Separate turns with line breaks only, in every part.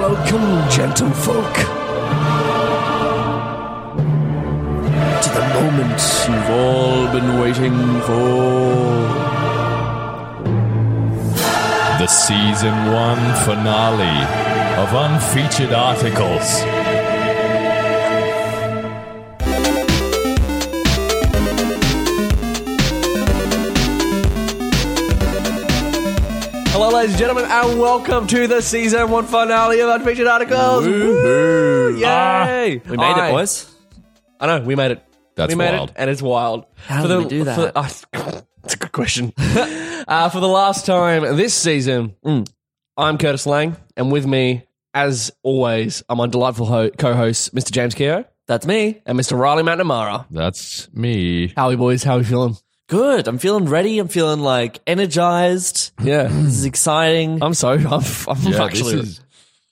Welcome, gentlefolk, to the moment you've all been waiting for.
The season one finale of unfeatured articles.
Hello, ladies and gentlemen, and welcome to the season one finale of Unfeatured Articles. Woo! Yay!
Ah,
We made
I-
it, boys.
I know we made it.
That's
we made
wild.
it, and it's wild.
How
For
did
the-
we do
for-
that?
uh, it's a good question. uh, for the last time this season, mm, I'm Curtis Lang, and with me, as always, are my delightful ho- co-hosts, Mr. James Keogh
That's me.
and Mr. Riley McNamara.
That's me.
How are you boys? How are you feeling?
Good. I'm feeling ready. I'm feeling like energized.
Yeah,
This is exciting.
I'm so I'm, I'm
Yeah,
actually.
this is,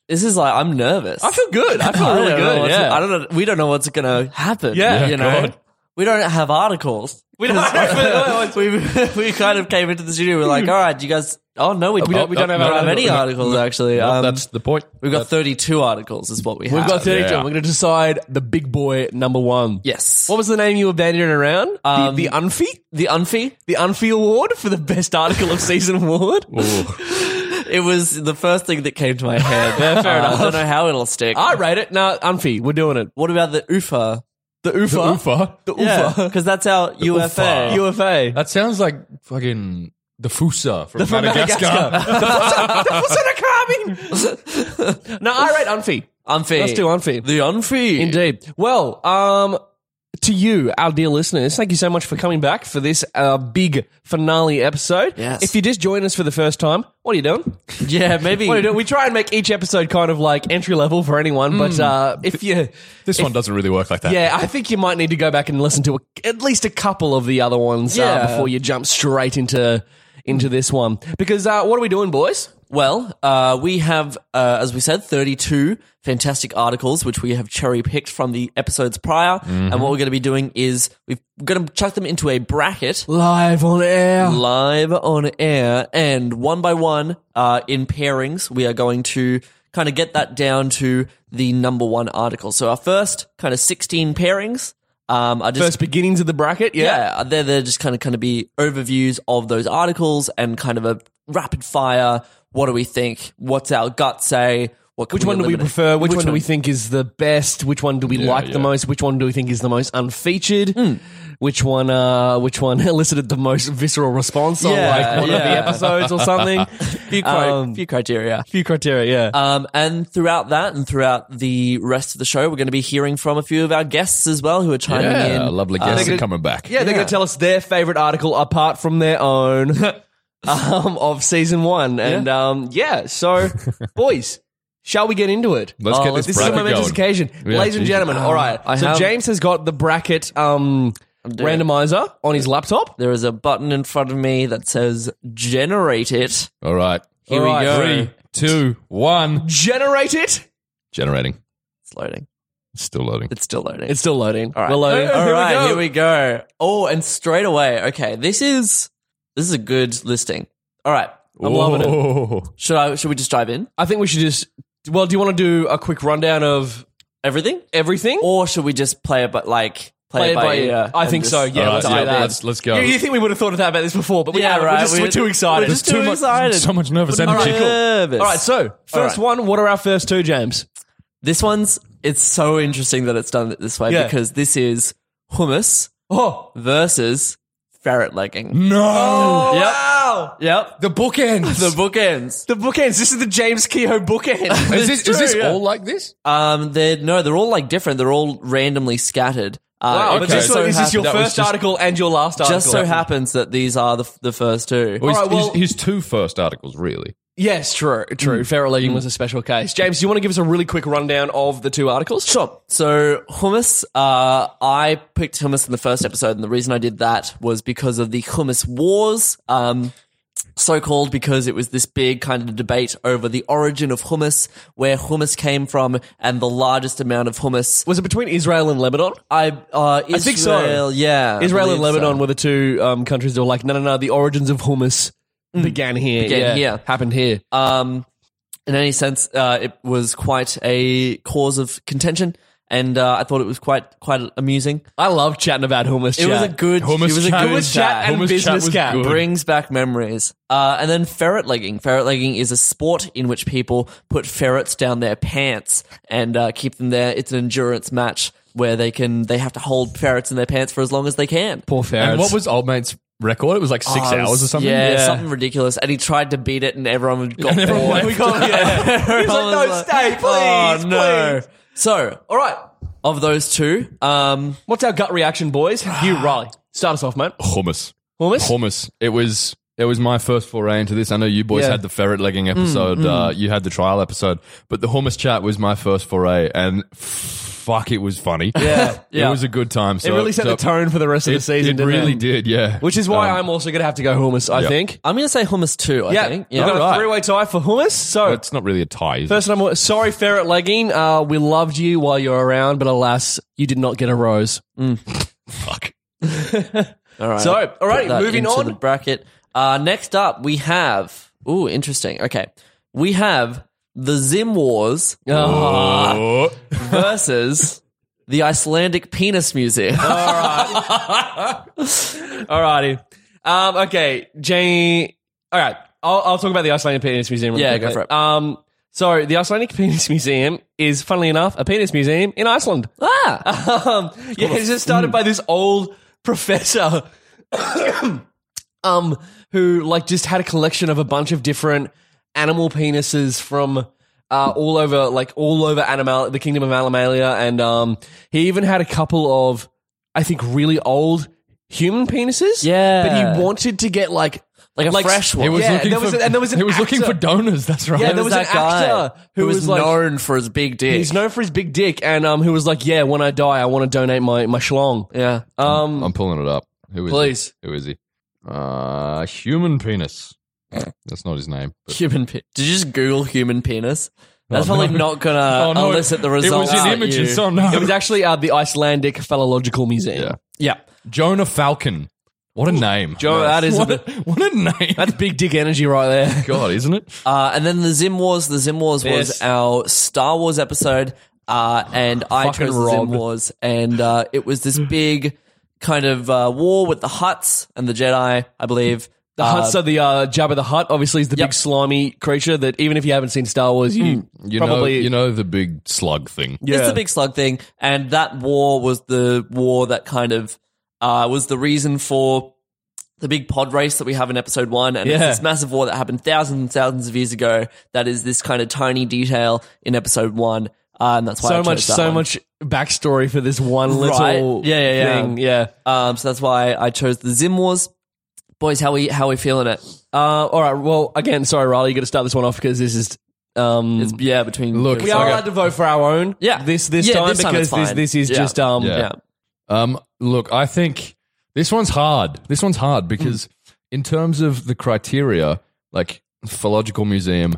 this is like I'm nervous.
I feel good. I feel
I don't
really
know
good.
what's-
Yeah,
I don't know. We don't know what's going to happen.
Yeah,
you know,
God.
we don't have articles.
We don't have- we don't have-
we, we kind of came into the studio. We're like, all right, you guys. Oh no,
Uh,
we,
don't- we don't have our
any
articles.
articles actually.
Well,
um,
that's the point.
we've got 32 articles, is what we have.
We've got 32.
Yeah.
We're going to decide the big boy number one.
yes.
What was the name you were banding around?
Um,
the, the Unfee?
the unfee?
The Unfee Award for the best article of season award?
It was the first thing that came to my head. fair enough. I don't know how it'll stick.
I rate it. No, Unfee. We're doing it.
What about the UFA?
The UFA. The
Ufa.
The UFA.
because that's our UFA.
UFA.
UFA.
That sounds like fucking the Fusa from Madagascar.
no, I rate Unfee.
Unfee.
Let's do Unfee.
the unfee.
Indeed. Well, um, to you, our dear listeners, thank you so much for coming back for this uh, big finale episode.
Yes.
If you just join us for the first time, what are you doing?
Yeah, maybe.
What do you do? We try and make each episode kind of like entry level for anyone, but
Mm.
uh, if you,
This one doesn't really work like that.
yeah, I think you might need to go back and listen to a, at least a couple of the other ones uh,
Yeah.
before you jump straight into into this one. Because uh, what are we doing, boys?
Well, uh, we have, uh, as we said, 32 fantastic articles, which we have cherry picked from the episodes prior. And what we're going to be doing is we've, we're going to chuck them into a bracket
Live on air.
live on air. And one by one, uh, in pairings, we are going to kind of get that down to the number one article. So our first kind of 16 pairings. Um, are just
First beginnings of the bracket. Yeah.
yeah, they're they're just kind of kind of be overviews of those articles and kind of a rapid fire. What do we think? What's our gut say? What can
Which one do we
eliminate?
prefer? Which, one, do we think is the best? Which one do we like the
yeah.
most? Which one do we think is the most unfeatured? Which one? Uh, which one elicited the most visceral response on
Yeah,
like one of the
yeah.
episodes or something?
Few, cri-
Um,
few criteria.
few criteria, yeah.
Um, and throughout that, and throughout the rest of the show, we're going to be hearing from a few of our guests as well, who are chiming
Yeah,
in.
lovely guests are
gonna-
coming back.
yeah, they're going to tell us their favorite article apart from their own um, of season one, and um, yeah. So, boys, shall we get into it? Oh,
Let's get
let's-
this,
This is a
bracket going.
momentous occasion,
Yeah,
ladies and
Jesus.
gentlemen. all right,
Um, I
so
have-
James has got the bracket um,
doing it.
randomizer on his laptop.
There is a button in front of me that says "Generate it."
All right.
Here
All right.
we go.
Three, two, one.
Generate it.
Generating.
It's loading.
It's still loading.
It's still loading.
It's still loading.
All right.
We're loading.
All
Here we
right,
go.
here we go. Oh, and straight away. Okay, this is this is a good listing. All right, I'm loving it.
Whoa.
Should I? Should we just dive in
I think we should just. Well, do you want to do a quick rundown of
everything,
everything?
or should we just play it? But like
Play
play,
it by ear. I
and
think so, yeah,
All right,
let's do
yeah,
that.
let's let's go.
You, you think we would have thought about this before, but we
Oh. Yeah,
haven't.
right.
We're, just,
We-
we're too excited.
we're just
It's too
too
much-
excited.
so much nervous
All
energy.
right, nervous.
All right, so first
right.
one. What are our first two, James?
this one's it's so interesting that it's done this way
Yeah.
because this is hummus
Oh,
versus ferret legging.
No.
Yep.
Mm. wow!
Yep,
The bookends.
the bookends.
The bookends. This is the James Kehoe bookend.
is this,
It's
is this
true, yeah.
all like this?
Um, they're no, they're all like different. They're all randomly scattered. Uh,
Wow,
but
okay.
just so
So
is this
hap-
your
that was
first
just-
article and your last article? Oh,
just so happens that these are the, f- the first two.
Well, his,
All right, well-
his, his two first articles, really.
Yes, true,
Hmm.
true. Fair Legging was a special case. James, do you want to give us a really quick rundown of the two articles?
Sure. So hummus, uh, I picked hummus in the first episode, and the reason I did that was because of the hummus wars, um, so called because it was this big kind of debate over the origin of hummus, where hummus came from, and the largest amount of hummus.
Was it between Israel and Lebanon?
I uh, Israel,
I think so.
Yeah, I
Israel and
believe so.
Lebanon were the two um, countries that were like, no, no, no, the origins of hummus began here.
Hmm. Began
yeah,
here.
Happened here.
um, in any sense, uh, it was quite a cause of contention, and uh, I thought it was quite quite amusing.
I love chatting about hummus
It was a good,
Hummus
it was a
chat.
good
Hummus chat
chat.
and Hummus chat business was chat. good.
brings back memories. Uh, and then ferret legging. Ferret legging is a sport in which people put ferrets down their pants and uh, keep them there. It's an endurance match where they can they have to hold ferrets in their pants for as long as they can.
Poor ferrets.
And what was old mate's record? It was like six
Oh, it
hours
was-
or something.
Yeah,
Yeah.
something ridiculous. And he tried to beat it, and everyone got
And everyone
bored.
left. We got-
Everyone
like, "No,
was
stay,
"Oh,
please,
no." So, all right. Of those two, um,
What's our gut reaction, boys?
Ah.
You, Riley, start us off, mate.
Hummus.
Hummus?
Hummus. It was it was my first foray into this. I know you boys
Yeah. Mm,
had the ferret legging episode. Uh, you had the trial episode, but the hummus chat was my first foray, and fuck, it was funny. Yeah,
yeah.
it was a good time. So,
it really set
so
the tone for the rest of
It,
the season,
it
didn't
really did. Yeah,
Which is why I'm also going to have to go hummus, I
yeah.
think.
I'm going to say hummus too. I
Yeah,
think.
we've got
Alright.
a three-way tie for hummus. So,
it's not really a tie. Is it?
first number, sorry, ferret legging. Uh, we loved you while you were around, but alas, you did not get a rose.
fuck.
All right.
So, all right,
Put that
moving
into
on.
The bracket. Uh, next up, we have. Ooh, interesting. Okay, we have the Zim Wars
Oh.
versus the Icelandic Penis Museum.
Oh. Alrighty. Um, okay, Jamie. All right, I'll, I'll talk about the Icelandic Penis Museum. really
Yeah,
quickly.
go for it.
Um, so the Icelandic Penis Museum is, funnily enough, a penis museum in Iceland.
ah,
Um, yeah, it's just started by this old professor, um, who like just had a collection of a bunch of different animal penises from uh, all over, like all over animal, the kingdom of Animalia, and um, he even had a couple of, I think, really old human penises.
Yeah.
but he wanted to get like.
like a fresh one.
He was
Yeah,
looking
there
for
was a- and there was an
he was looking
actor.
for donors. That's right.
Yeah, there was
that
an
guy
actor who
was,
was like-
known for his big dick.
He's known for his big dick, and um, who was like, "Yeah, when I die, I want to donate my my schlong."
yeah.
Um,
I'm pulling it up. Who is
Please.
He? Who is he? Uh, human penis. That's not his name. but-
Human pe- Did you just Google human penis?
Oh,
That's probably not gonna
Oh, no,
elicit the
it- It was
results.
in
that you-
images. Oh no,
it was actually uh, the Icelandic Phallological Museum.
Yeah.
yeah.
Jonah Falcon. What a name,
Joe, that is a
What
bit-
a, what a name.
That's big dick energy right there.
God, isn't it?
Uh, and then the Zim Wars. The Zim Wars was
Yes.
our Star Wars episode, uh, and I
Fucking
chose the Zim
robbed.
Wars, and uh, it was this big kind of uh, war with the Huts and the Jedi, I believe.
The Hutt, so the uh, Jabba the Hutt, obviously, is the big slimy creature that even if you haven't seen Star Wars, Hmm. you,
You
probably
know, you know the big slug thing.
It's
Yeah.
the big slug thing, and that war was the war that kind of uh, was the reason for the big pod race that we have in episode one, and it's
Yeah.
this massive war that happened thousands and thousands of years ago. That is this kind of tiny detail in episode one, uh, and that's why I
so
chose
much,
that
so
one.
much backstory for this one
Right.
little
Yeah, yeah, yeah.
thing. Yeah.
Um, so that's why I chose the Zim Wars. Boys, how we how we feeling it? Um,
Uh, all right. Well, again, sorry, Riley, you got to start this one off because this is. Um,
It's, yeah, between
Look,
we
between-
are
okay.
allowed to vote for our own.
Yeah.
This this
Yeah,
time
this time
because
it's
this
fine.
this is
Yeah.
just um.
Yeah. Um, look, I think this one's hard. This one's hard because in terms of the criteria, like Philological Museum,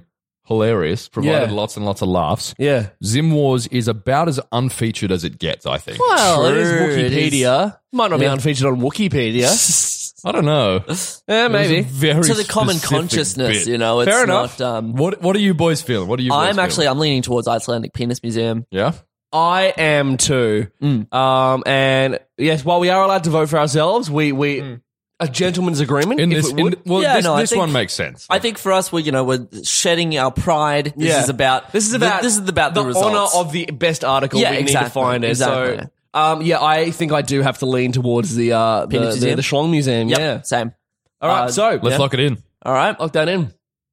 hilarious, provided
Yeah.
lots and lots of laughs.
Yeah.
Zim Wars is about as unfeatured as it gets, I think.
Well, it is
True, it is.
Wikipedia. Might not
Yeah.
be unfeatured on Wikipedia.
I don't know.
yeah, maybe.
Very
to the common
specific
consciousness,
bit.
you know. It's
Fair enough.
Not, um,
What What are you boys feeling? What are you? Boys
I'm
feeling?
actually I'm leaning towards Icelandic Penis Museum.
yeah.
I am too. Um, and yes, while we are allowed to vote for ourselves, we we a gentleman's agreement.
In
if
this,
it
in,
would.
well,
Yeah,
this,
no, I
this
think-
one makes sense.
I think for us, we're you know we're shedding our pride. This
Yeah.
is about
this is about
this is about the,
honor
results.
of the best article.
Yeah,
we need
exactly,
to find it.
exactly.
So, um, yeah, I think I do have to lean towards the uh, the,
Penis
the,
Museum?
the Schlong Museum.
Yep,
Yeah.
same.
All right.
Uh,
so
Let's
yeah.
lock it in.
All right.
lock that in.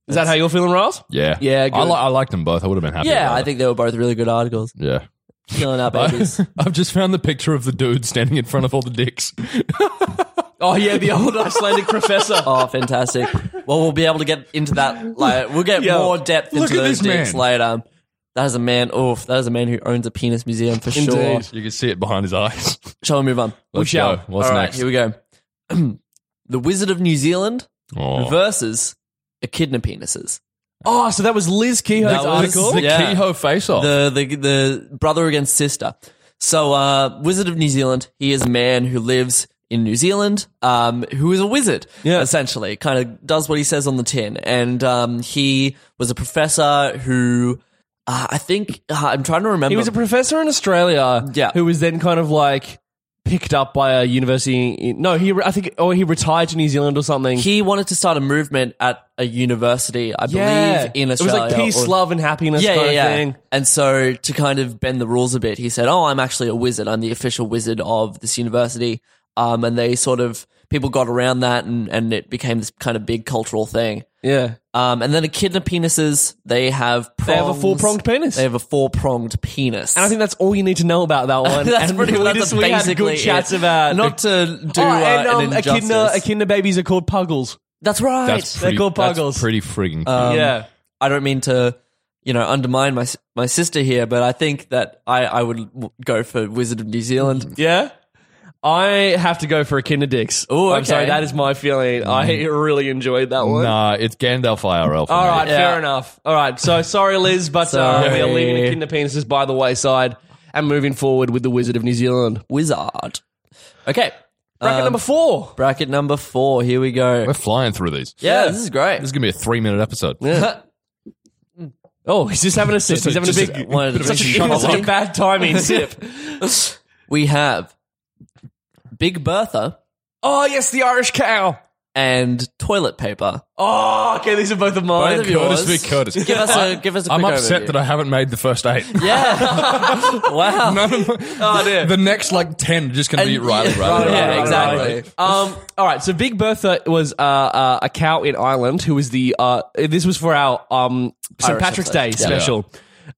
Is that how you're feeling, Riles?
Yeah.
Yeah,
I,
good.
li- I liked them both. I would have been happy.
Yeah,
about
I
it.
think they were both really good articles.
Yeah.
Killing our babies.
I've just found the picture of the dude standing in front of all the dicks.
Oh yeah, the old Icelandic professor.
oh, fantastic. Well, we'll be able to get into that. Like, we'll get
Yeah.
more depth
Look
into
at
those
this
dicks
man.
later. That is a man. Oof, that is a man who owns a penis museum for sure.
You can see it behind his eyes.
Shall we move on?
Let's
shall.
Go. What's
All right,
next?
here we go. the Wizard of New Zealand
Oh.
versus Echidna penises.
Oh, so that was Liz Kehoe's
That was-
article.
The
Yeah.
Kehoe face off.
Oh.
the the the brother against sister. So, uh, Wizard of New Zealand. He is a man who lives in New Zealand, um, who is a wizard,
Yeah.
essentially. Kind of does what he says on the tin, and um, he was a professor who uh, I think uh, I'm trying to remember.
He was a professor in Australia.
Yeah.
Who was then kind of like picked up by a university. In, no, he re- I think or he retired to New Zealand or something.
he wanted to start a movement at a university, I believe, in Australia.
It was like peace,
or-
love, and happiness
yeah,
kind
yeah,
of
yeah.
thing.
And so to kind of bend the rules a bit, he said, "Oh, I'm actually a wizard. I'm the official wizard of this university." Um, and they sort of people got around that, and and it became this kind of big cultural thing.
Yeah.
Um, and then echidna penises, they have prongs,
They have a four-pronged penis.
They have a four pronged penis.
And I think that's all you need to know about that one.
that's
and
pretty.
we
That's
just- we had
basically
good chats
it.
about
not to do
Oh,
uh,
and
an
um, echidna,
injustice.
echidna babies are called puggles.
That's right.
that's
they're
pretty,
called
that's
puggles.
pretty frigging
Um,
cute.
yeah.
I don't mean to, you know, undermine my my sister here, but I think that I I would w- go for Wizard of New Zealand.
Mm.
Yeah. I have to go for echidna dicks. Oh, I'm
okay. Mm.
sorry. That is my feeling. I really enjoyed that one.
nah, it's Gandalf IRL. For
All
me.
right,
Yeah.
fair enough. All right, so sorry, Liz, but uh,
Sorry.
we are leaving echidna penises by the wayside and moving forward with the Wizard of New Zealand.
Wizard. Okay.
Bracket
Um,
number four.
Bracket number four. Here we
We're
go.
flying through these.
Yeah, this is great.
This is gonna be a three-minute episode.
Oh, he's just having a sip. He's having
just
a big.
Wanted to
Such,
mention
a,
Shyamalan.
such a bad timing sip.
we have Big Bertha
Oh yes, the Irish cow.
and toilet paper.
Oh, okay, these are both of mine.
Both of
Curtis
yours.
v. Curtis.
Give us a give us a.
I'm
quick
upset
overview.
that I haven't made the first eight.
Yeah. wow.
None of my,
dear.
The next like ten are just gonna be
Oh, And-
Riley,
yeah,
Riley,
right,
Riley,
yeah,
Riley,
exactly.
Riley.
Um, all right, so Big Bertha was uh, uh, a cow in Ireland who was the. Uh, this was for our um, St.
Irish
Patrick's Day
episode. Yeah.
special,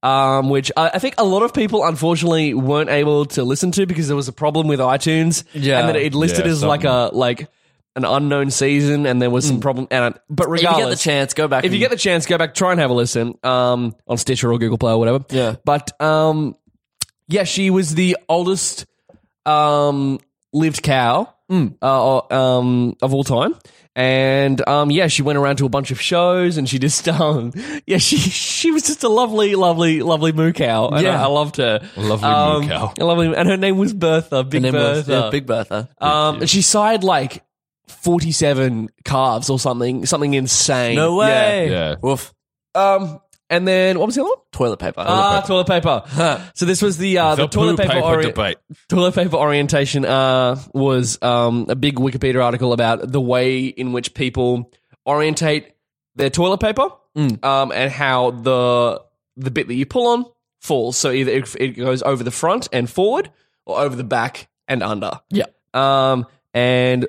um, which I, I think a lot of people unfortunately weren't able to listen to because there was a problem with iTunes.
Yeah.
and that it listed
Yeah,
as like a like an unknown season, and there was some problem. And uh, but
Mm. If you get the
regardless,
chance, go back.
if you
and-
get the chance, go back, try and have a listen um, on Stitcher or Google Play or whatever.
Yeah.
But um, yeah, she was the oldest um, lived cow
Mm.
uh, um, of all time. And um, yeah, she went around to a bunch of shows and she just, um, yeah, she she was just a lovely, lovely, lovely moo cow. And
Yeah.
I, I loved her.
Lovely moo
um,
cow.
a Lovely, and her name was Bertha, Big
and then we'll-
Bertha.
yeah, Big Bertha.
um, and she sired like 47 calves or something, something insane.
no
Yeah.
way.
Yeah.
Woof.
Um, and then what was the other one?
Toilet paper.
Ah, toilet paper. So this was the uh, the,
The
toilet
poo
paper,
paper
ori-
debate.
toilet paper orientation uh, was um, a big Wikipedia article about the way in which people orientate their toilet paper um, and how the the bit that you pull on falls. So either it, it goes over the front and forward, or over the back and under.
Yeah.
Um, and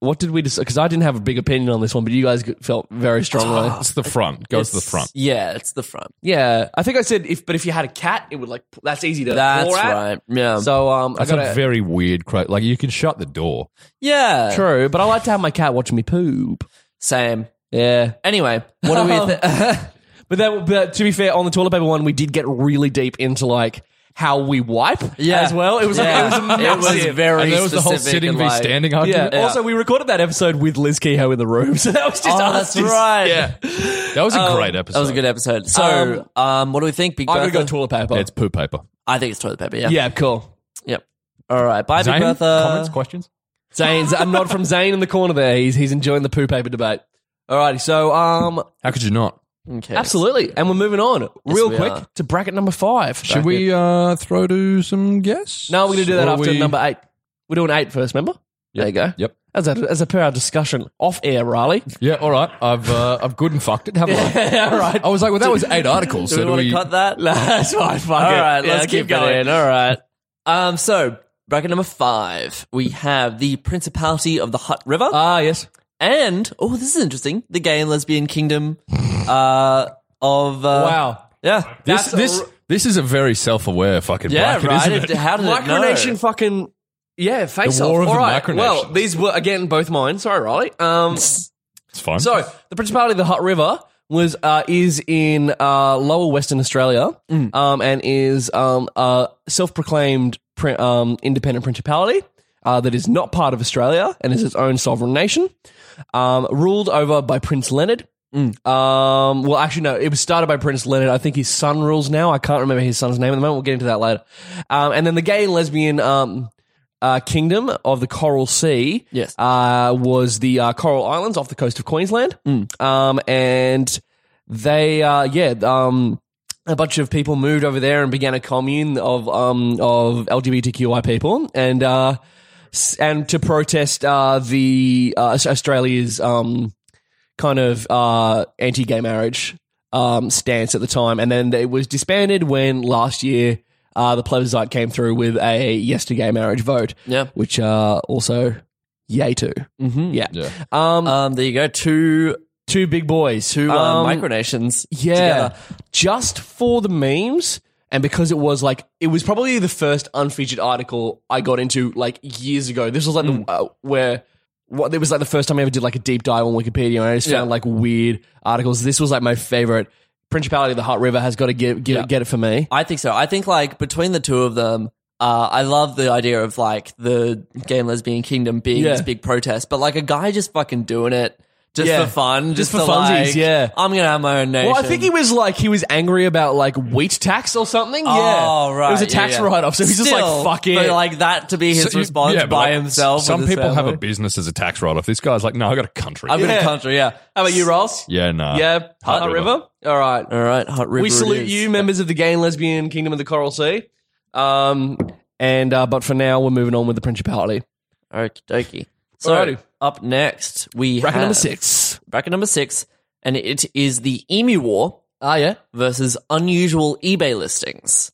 what did we decide? Because I didn't have a big opinion on this one, but you guys felt very strongly.
It's the front. Goes to the front.
Yeah, it's the front.
Yeah, I think I said if, but if you had a cat, it would like that's easy to.
That's
claw at.
right. Yeah.
So um, I
That's a
got
very weird. Cra- like you can shut the door.
yeah.
true, but I like to have my cat watch me poop.
Same. Oh.
Yeah,
Anyway, what do we? Th-
but that but to be fair, on the toilet paper one, we did get really deep into like how we wipe
Yeah.
as well. It was
Yeah.
it was
It was
massive.
very
and there was the whole
specific
sitting
and,
v
like-
standing argument.
Yeah. Also, we recorded that episode with Liz Kehoe in the room, so that was just
oh,
us.
that's right.
That was a great episode.
Oh, That was a good episode. So, um, what do we think, Big
I'm
Bertha?
gonna go toilet paper.
Yeah, it's poo paper.
I think it's toilet paper. Yeah.
yeah, cool.
Yep. All right. Bye,
Zane,
Big Bertha.
comments, questions.
Zane's a nod from Zane in the corner there. He's he's enjoying the poo paper debate. Alrighty, so um,
How could you not?
Okay.
Absolutely. And we're moving on real
we
quick
are.
to bracket number five.
Should we uh, throw to some guests?
No, we're going to do that
Or
after
we-
number eight. We're doing eight first, remember? There you go.
Yep.
As a, as a per our discussion off air, Riley.
Yeah, all right. I've uh, I've good and fucked it, haven't I?
all right.
I was like, well, that was eight articles.
Do we
so
want
do
to
we?
cut that?
No, that's fine. Fuck
All
it.
right,
Let's
let's
keep
keep it
going.
in.
All right.
Um. So, bracket number five, we have the Principality of the Hut River,
Ah, yes.
and oh, this is interesting. The Gay and Lesbian Kingdom. Uh. Of uh,
Wow.
Yeah. uh,
this
That's a
this
r-
This is a very self-aware fucking
Yeah,
bracket,
right.
isn't it?
It- how did it know?
micronation fucking yeah face
The war of
off. All
the
right.
micronations.
Well, these were again both mine. Sorry, Riley. Um,
It's fine.
so the Principality of the Hot River was uh, is in uh, Lower Western Australia, um, and is um, a self-proclaimed pri- um, independent principality. Uh, that is not part of Australia and is its own sovereign nation, um, ruled over by Prince Leonard. Um, well, actually, no, it was started by Prince Leonard. I think his son rules now. I can't remember his son's name at the moment. We'll get into that later. Um, and then the gay and lesbian um, uh, kingdom of the Coral Sea
Yes.
uh, was the uh, Coral Islands off the coast of Queensland. Um, and they, uh, yeah, um, a bunch of people moved over there and began a commune of um, of LGBTQI people, and uh, s- and to protest uh, the uh, Aus- Australia's um, kind of uh, anti-gay marriage um, stance at the time, and then it was disbanded when last year. Uh, the plebiscite came through with a yes to gay marriage vote,
Yeah.
which uh, also yay to. Mm-hmm. Yeah.
Yeah.
Um,
Um, there you go. Two
two big boys.
two uh,
Um,
micronations.
yeah,
together.
just for the memes and because it was like it was probably the first unfeatured article I got into like years ago. This was like the, uh, where what it was like the first time I ever did like a deep dive on Wikipedia and I just found like weird articles. This was like my favorite. Principality of the Hot River has got to get get, get it for me.
I think so. I think like between the two of them, uh, I love the idea of like the gay and lesbian kingdom being
Yeah.
this big protest, but like a guy just fucking doing it just
Yeah.
for fun,
Just
just,
for
to,
funsies,
like,
yeah.
I'm gonna have my own nation.
Well, I think he was like he was angry about like wheat tax or something.
Oh,
yeah,
right.
It was a
Yeah,
tax
yeah.
write-off, so he's just
Still,
like fuck it.
But like that to be his
So you-
response
yeah, but
by
like,
himself. with
Some
his
people have a
family.
business as a tax write-off. This guy's like, no, I got a country.
I've been
Yeah.
a country. Yeah. How about you, Ross?
yeah, no.
yeah, Hot,
River.
River. All right,
All right, hot river.
we
it
salute
is.
you, members of the gay and lesbian kingdom of the Coral Sea. Um, and uh, but for now, we're moving on with the principality.
Okie dokie. So
Alrighty.
up next we
Bracket
have
number six.
Bracket number six, and it is the Emu War
Ah, yeah,
versus unusual eBay listings.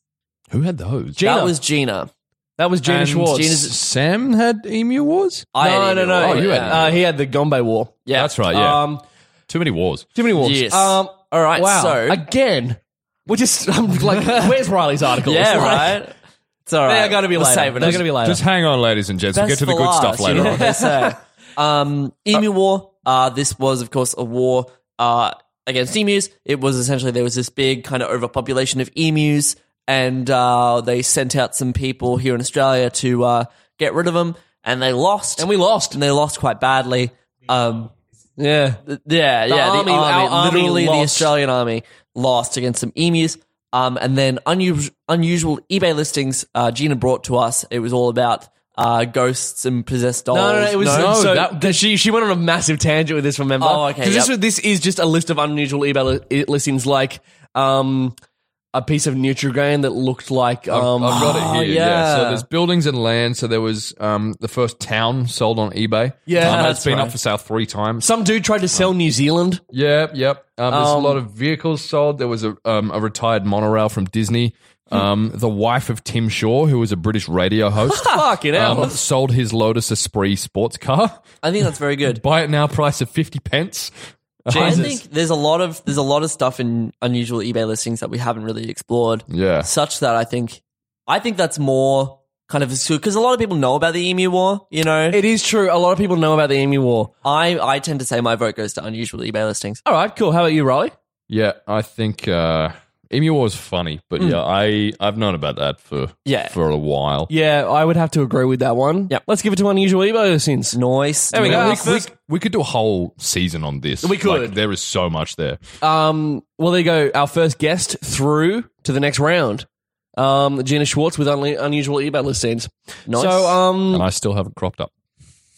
Who had those?
Gina.
That was Gina.
that was Gina
And
Schwartz.
Gina's- Sam had emu wars.
I
no,
had
no,
Emu
no.
War,
Oh, you had
yeah.
Emu.
uh, he had the Gombe War.
Yeah.
that's right. Yeah,
Um,
too many wars.
too many wars.
Yes.
Um,
All right.
wow.
So
Again, we're just. I'm like, where's Riley's articles?
yeah,
Like,
right. It's all right.
They're gonna be
We'll
later.
save it.
They're gonna be later.
Just hang on, ladies and gents.
Best
we'll get to the
for
good
last,
stuff
you
later on.
know what they say. um, Emu War. Uh, this was, of course, a war uh, against emus. It was essentially there was this big kind of overpopulation of emus, and uh, they sent out some people here in Australia to uh, get rid of them, and they lost.
And we lost.
and they lost quite badly. Um,
Yeah.
th- yeah, yeah,
army-
the
our
army,
army
literally the
lost.
Australian army lost against some emus. Um, and then unusual, unusual eBay listings uh, Gina brought to us. It was all about uh, ghosts and possessed dolls.
No, no, no, it was
No,
so
that-
that, she she went on a massive tangent with this. Remember?
Oh, okay,
'Cause This,
yep.
was- this is just a list of unusual eBay li- listings, like um, a piece of Nutrigrain that looked like um,
I've got it here.
Oh,
yeah. So
yeah.
there's buildings and land. So there was um, the first town sold on eBay.
Yeah,
um, and
that's
it's been
right.
up for sale three times.
some dude tried to sell New Zealand.
Yep, yep. Um, there's
Um,
a lot of vehicles sold. There was a um, a retired monorail from Disney. Um, the wife of Tim Shaw, who was a British radio host,
Fucking hell!
um, sold his Lotus Esprit sports car.
I think that's very good.
Buy it now, price of fifty pence. Um,
I think there's a lot of there's a lot of stuff in unusual eBay listings that we haven't really explored.
Yeah.
such that I think I think that's more kind of because a lot of people know about the emu war. You know,
it is true. A lot of people know about the Emu War.
I I tend to say my vote goes to unusual eBay listings.
All right, cool. How about you, Riley?
Yeah, I think uh, Emu War was funny,
Hmm.
but yeah, I I've known about that for
Yeah.
for a while.
Yeah, I would have to agree with that one.
Yep.
let's give it to unusual eBay listings.
Noise.
There we go.
Yeah,
Our
we, we,
first-
we could do a whole season on this.
We could.
Like, there is so much there.
Um, well, there you go. Our first guest through to the next round. Um, Gina Schwartz with unle- unusual eBay listings.
Nice.
So, um,
And I still haven't cropped up.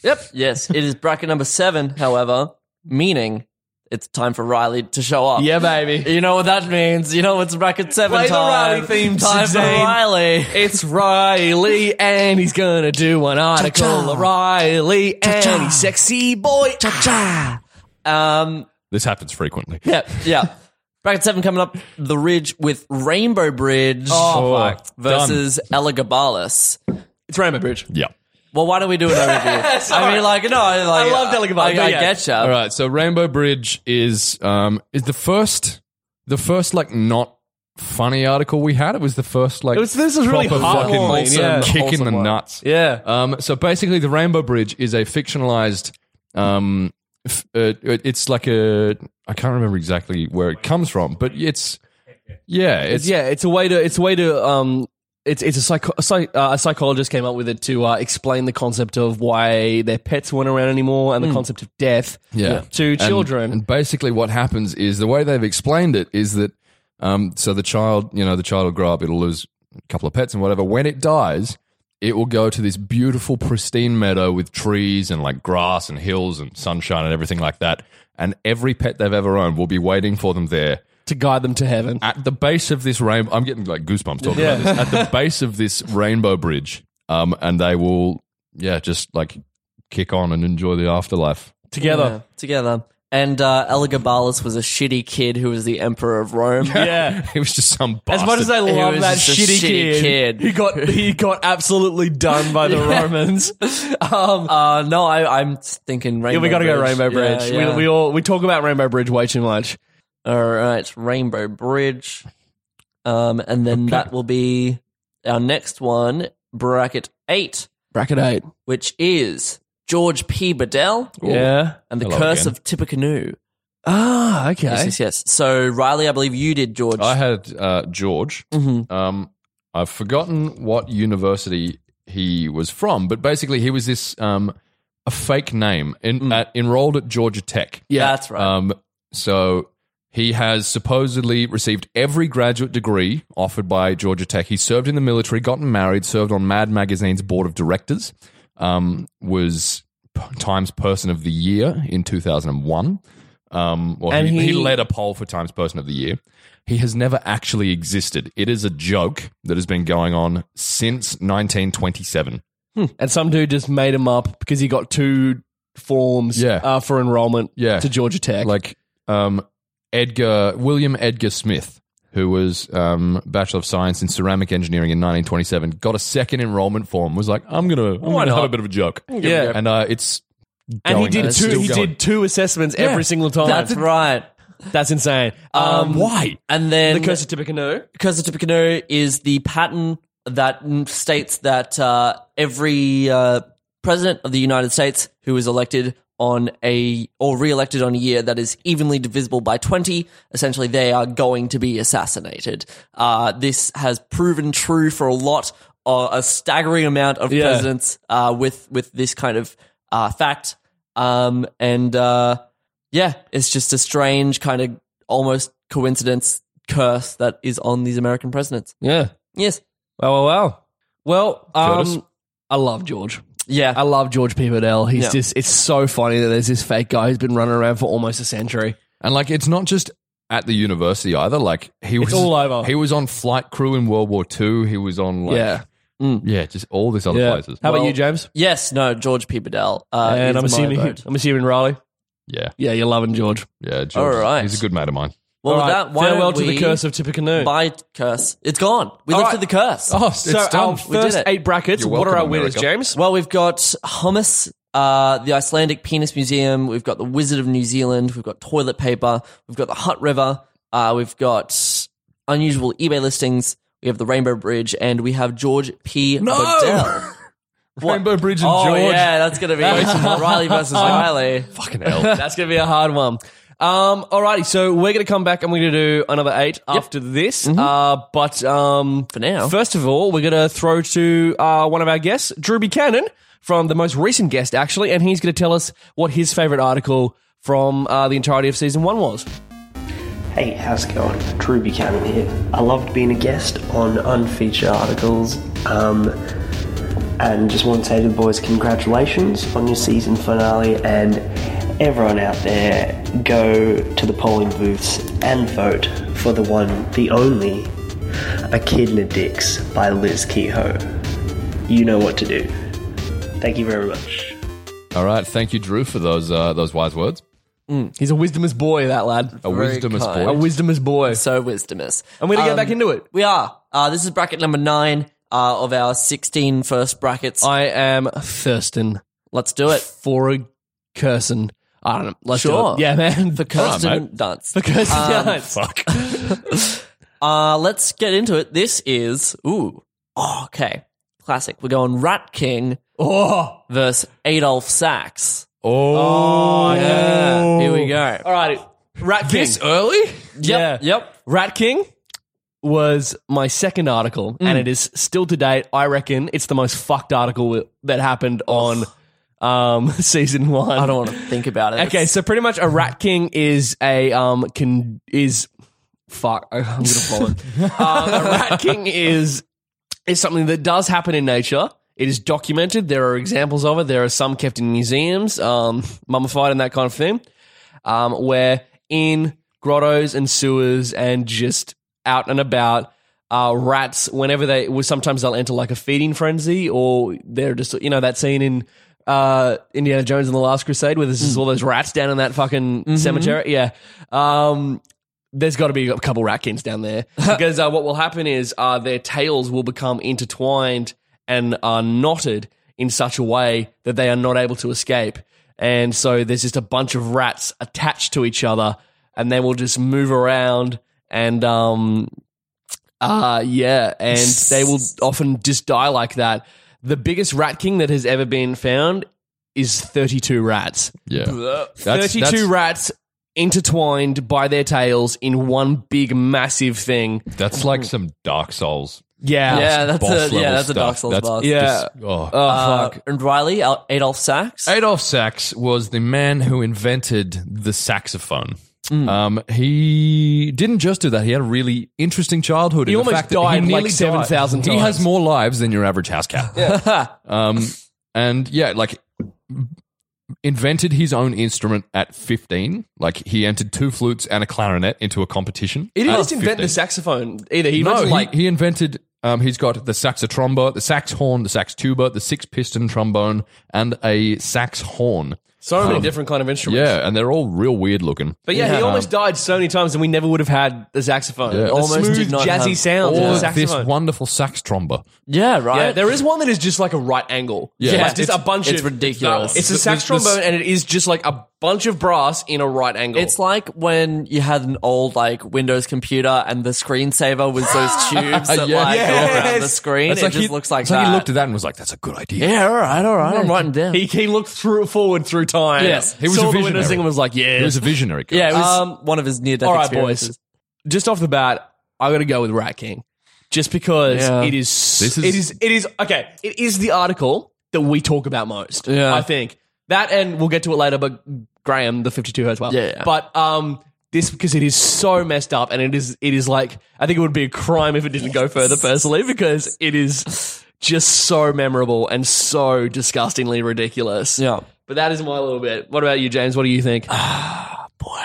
Yep. Yes, it is bracket number seven. However, meaning it's time for Riley to show up.
yeah, baby.
You know what that means. You know it's bracket seven
Play the
time.
Riley theme,
time
Suzanne.
for Riley.
It's Riley, and he's gonna do an article.
Cha-cha.
Riley, and he's sexy boy.
Um.
This happens frequently.
Yeah. Yeah. bracket seven coming up. The Ridge with Rainbow Bridge.
Oh, fuck.
Versus Elagabalus.
It's Rainbow Bridge.
Yeah.
Well, why don't we do an overview? I
Sorry.
mean, like, no, I, like,
I loved Elagabalus,
I, I
but yeah.
get you.
All right. So Rainbow Bridge is um is the first the first like not funny article we had. It was the first like
It was- this is really
proper fucking
heartwarming, yeah.
kick in
Wholesome
the
one.
nuts.
Yeah.
Um, so basically, the Rainbow Bridge is a fictionalized. Um, f- uh, it's like a I can't remember exactly where it comes from, but it's yeah, it's
yeah, it's a way to it's a way to um it's it's a, psycho- a, psych- uh, a psychologist came up with it to uh, explain the concept of why their pets weren't around anymore and the concept of death
Yeah.
to
And-
children.
And, basically, what happens is the way they've explained it is that um, so the child, you know, the child will grow up, it'll lose a couple of pets and whatever. When it dies, it will go to this beautiful, pristine meadow with trees and like grass and hills and sunshine and everything like that. And every pet they've ever owned will be waiting for them there
to guide them to heaven.
at the base of this rainbow. I'm getting like goosebumps talking about this. At the base of this rainbow bridge, um, and they will, yeah, just like kick on and enjoy the afterlife.
Together.
Yeah, together. And uh, Elagabalus was a shitty kid who was the emperor of Rome.
Yeah.
It was just some bastard.
As much as I
He
love
was
that
just a
shitty,
shitty
kid,
kid.
he got he got absolutely done by the Romans. Um,
Uh, no, I, I'm thinking Rainbow.
yeah, we got to go
Bridge.
Rainbow
Yeah,
Bridge.
yeah.
We, we all we talk about Rainbow Bridge way too much.
All right, Rainbow Bridge. Um, and then that will be our next one, bracket eight,
Bracket eight.
which is George P. Bedell
Yeah.
and the
Hello
Curse
again.
of Tippecanoe.
Ah, okay.
Yes, yes, yes. So Riley, I believe you did George. Mm-hmm.
I had uh, George. Um, I've forgotten what university he was from, but basically he was this um, a fake name in, at, enrolled at Georgia Tech.
Mm. yeah, that's right.
Um, so he has supposedly received every graduate degree offered by Georgia Tech. He served in the military, gotten married, served on Mad Magazine's board of directors, um, was P- Times Person of the Year in 2001. Um, well,
And
he, he
he-
led a poll for Times Person of the Year. He has never actually existed. It is a joke that has been going on since 1927.
And some dude just made him up because he got two forms
Yeah.
uh, for enrollment
Yeah.
to Georgia Tech.
like um, Edgar William Edgar Smith, who was um, Bachelor of Science in Ceramic Engineering in 1927, got a second enrollment form. Was like, I'm gonna, I'm
Why
gonna have
not?
a bit of a joke.
Yeah.
and uh, it's
and he
going-
did
it's
two
still
he
going.
did two assessments every single time.
that's right.
That's insane. Um,
why?
And then
The Curse of Tippecanoe.
Curse of Tippecanoe is the pattern that states that uh, every uh, president of the United States who is elected on a or re-elected on a year that is evenly divisible by 20 essentially they are going to be assassinated uh, this has proven true for a lot uh, a staggering amount of
Yeah.
presidents uh, with with this kind of uh, fact um, and uh, yeah, it's just a strange kind of almost coincidence curse that is on these American presidents.
Yeah.
Yes.
Wow, wow, wow. Well,
Curtis?
um, I love George.
Yeah.
I love George P. Bedell. He's
Yeah.
just, it's so funny that there's this fake guy who's been running around for almost a century.
And like, it's not just at the university either. Like he was
all over.
He was on flight crew in World War II. He was on like,
Yeah. Mm.
yeah, just all these other places.
How about
Well-
you, James?
yes. No. George P. Bedell. Uh,
and
is
I'm
my
assuming,
vote.
I'm assuming Riley.
yeah,
Yeah, you're loving George.
yeah. George,
All right.
he's a good mate of mine.
Well,
All
with
right,
that, why
farewell
don't
to
we
the curse of Tippecanoe.
By curse, it's gone. We
All
lifted
right.
the curse.
Oh,
So
it's done.
our
We did
first
it.
eight brackets.
You're
What are
welcome,
our winners,
America.
James?
Well, we've got hummus, uh, the Icelandic Penis Museum. We've got the Wizard of New Zealand. We've got toilet paper. We've got the Hutt River. Uh, we've got unusual eBay listings. We have the Rainbow Bridge, and we have George P.
No!
Bedell.
Rainbow Bridge and
Oh
George.
yeah, that's gonna be Riley
Oh,
versus Riley.
Fucking hell.
That's going to be a hard one. Um, alrighty, so we're going to come back and we're going to do another eight after this. Uh, but um,
For now.
first of all, we're going to throw to uh, one of our guests, Drew Buchanan, from the most recent guest actually, and he's going to tell us what his favorite article from uh, the entirety of season one was.
Hey, how's it going? Drew Buchanan here. I loved being a guest on unfeatured articles, um, and just want to say to the boys, congratulations on your season finale, and everyone out there, go to the polling booths and vote for the one, the only, Echidna Dix by Liz Kehoe. You know what to do. Thank you very much.
All right, thank you, Drew, for those uh, those wise words.
He's a wisdomous boy, that lad.
A wisdom is
kind.
A wisdomous boy. Um,
So wisdomous. Um,
And we're going to get back into it.
We are. Uh, this is bracket number nine uh, of our 16 first brackets.
I am Thurston.
Let's do it.
for a Curson. I don't know. Let's do
Sure. Um,
it. Yeah, man. The
Kirsten
mate.
dance.
The Curson. dance.
Fuck.
Uh, let's get into it. This is ooh, oh, okay, classic. We're going Rat King
Oh.
versus Adolf Sachs.
Oh,
Yeah, here we go.
All right, Rat King.
This early?
Yep,
Yeah.
yep. Rat King was my second article,
Mm.
and it is still to date. I reckon it's the most fucked article wi- that happened on um, season one.
I don't want to think about it.
Okay,
It's-
so pretty much a Rat King is a um can is fuck. I- I'm gonna follow it. uh, a Rat King is is something that does happen in nature. It is documented. There are examples of it. There are some kept in museums, um, mummified and that kind of thing um, where in grottos and sewers and just out and about, uh, rats, whenever they, well, sometimes they'll enter like a feeding frenzy or they're just, you know, that scene in uh, Indiana Jones and the Last Crusade where there's just all those rats down in that fucking cemetery. Yeah. Um, there's got to be a couple ratkins down there because uh, what will happen is uh, their tails will become intertwined and are knotted in such a way that they are not able to escape. And so there's just a bunch of rats attached to each other, and they will just move around and um, uh, yeah, and they will often just die like that. The biggest rat king that has ever been found is 32 rats.
Yeah. That's-
32
that's-
Uh, rats intertwined by their tails in one big massive thing.
That's like some Dark Souls.
Yeah.
Yeah, that's
boss
a yeah,
level
that's a
stuff.
Dark Souls
That's
boss.
Yeah.
Just, oh.
Oh,
Uh,
fuck.
and Riley Al- Adolf Sachs.
Uh,
Adolf Sachs was the man who invented the saxophone.
Mm.
Um, he didn't just do that. He had a really interesting childhood. He
almost died like 7,000
He has
times.
more lives than your average house cat. um, and yeah, like invented his own instrument at 15. Like he entered two flutes and a clarinet into a competition.
He
at
didn't just invent
15.
the saxophone either.
Uh,
He
No,
invented
he,
like
he invented. Um, he's got the sax tromba, the sax horn, the sax tuba, the six piston trombone, and a sax horn.
so many different kind of instruments.
Oh. Yeah, and they're all real weird looking.
But yeah, he almost died so many times, and we never would have had the saxophone.
Yeah.
The
Almost
smooth,
did not
jazzy
have-
sound
Or
of the
this
saxophone.
wonderful sax tromba.
yeah, right.
yeah, there is one that is just like a right angle.
Yeah.
Like, just
It's-
a bunch
it's
of
ridiculous.
It's a
The-
sax
the- the-
trombone, and it is just like a bunch of brass in a right angle.
It's like when you had an old like Windows computer and the screensaver was those tubes that
Yeah.
like go around the
Yes.
screen.
It's
it just
he-
looks like
it's
that.
like he looked at that and was like, "That's a good idea."
yeah, all right, all right. I'm writing down.
he, he looked through forward through time.
Yes.
He was
saw
a
the
visionary.
windows thing and was like, yeah,
He was a visionary. Guy. Uh,
yeah, it was
Um,
one of his near death
All right,
experiences.
boys. Just off the bat, I got to go with Rat King, just because
Yeah.
it is,
This is-
it is it is okay. It is the article that we talk about most.
Yeah.
I think that, and we'll get to it later. But Graham, the fifty-two hertz well.
Yeah, yeah.
But um, this because it is so messed up, and it is it is like I think it would be a crime if it didn't go further personally because it is just so memorable and so disgustingly ridiculous.
Yeah.
But that is my little bit. What about you, James? What do you think?
Ah.
boy.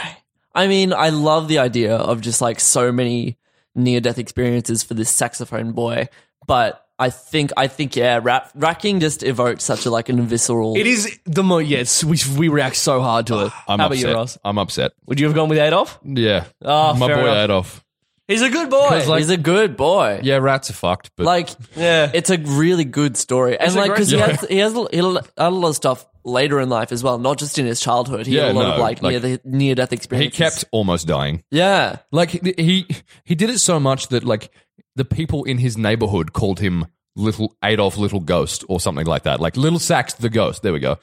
I mean, I love the idea of just like so many near death experiences for this saxophone boy, but I think I think yeah, rap, racking just evokes such a like an visceral.
It is the most. Yes, we, we react so hard to it.
Ah, I'm
How about
upset.
you, Ross?
I'm upset.
Would you have gone with Adolf?
Yeah,
Oh,
my
fair
boy
enough.
Adolf.
He's a good boy.
He's a good boy.
Yeah, rats are fucked, but
Like
yeah,
it's a really good story, and
a
like
great
because
story.
he has he has a- he had a lot of stuff later in life as well, not just in his childhood. He had
Yeah,
a lot of
no,
like,
like-
near near death
he
experiences.
kept almost dying.
yeah.
Like he- he he did it so much that like the people in his neighborhood called him Little Adolf Little Ghost or something like that. Like Little Sax the Ghost. There we go.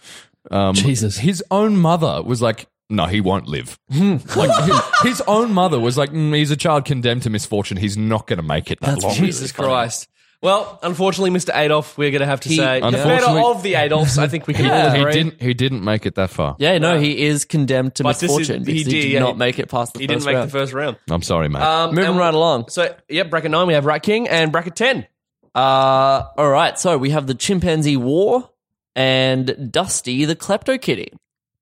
Um,
Jesus. Hmm.
His own mother was like, "No, he won't live." like his- his own mother was like, mm, "He's a child condemned to misfortune. He's not going to make it that long."
Jesus Christ. Well, unfortunately, Mr. Adolf, we're going to have to say the better
Unfortunately-
of the Adolfs. I think we can all
He
agree.
didn't. He didn't make it that far.
Yeah, no, he is condemned to
But this is-
misfortune
he
because he did,
did, yeah,
not
he-
make it past the
He
first
didn't make
round.
the first round.
I'm sorry, mate.
Um,
Moving
and-
right along.
So, yep, bracket nine, we have Rat King, and bracket ten.
Uh, all right, so we have the chimpanzee war and Dusty the klepto kitty.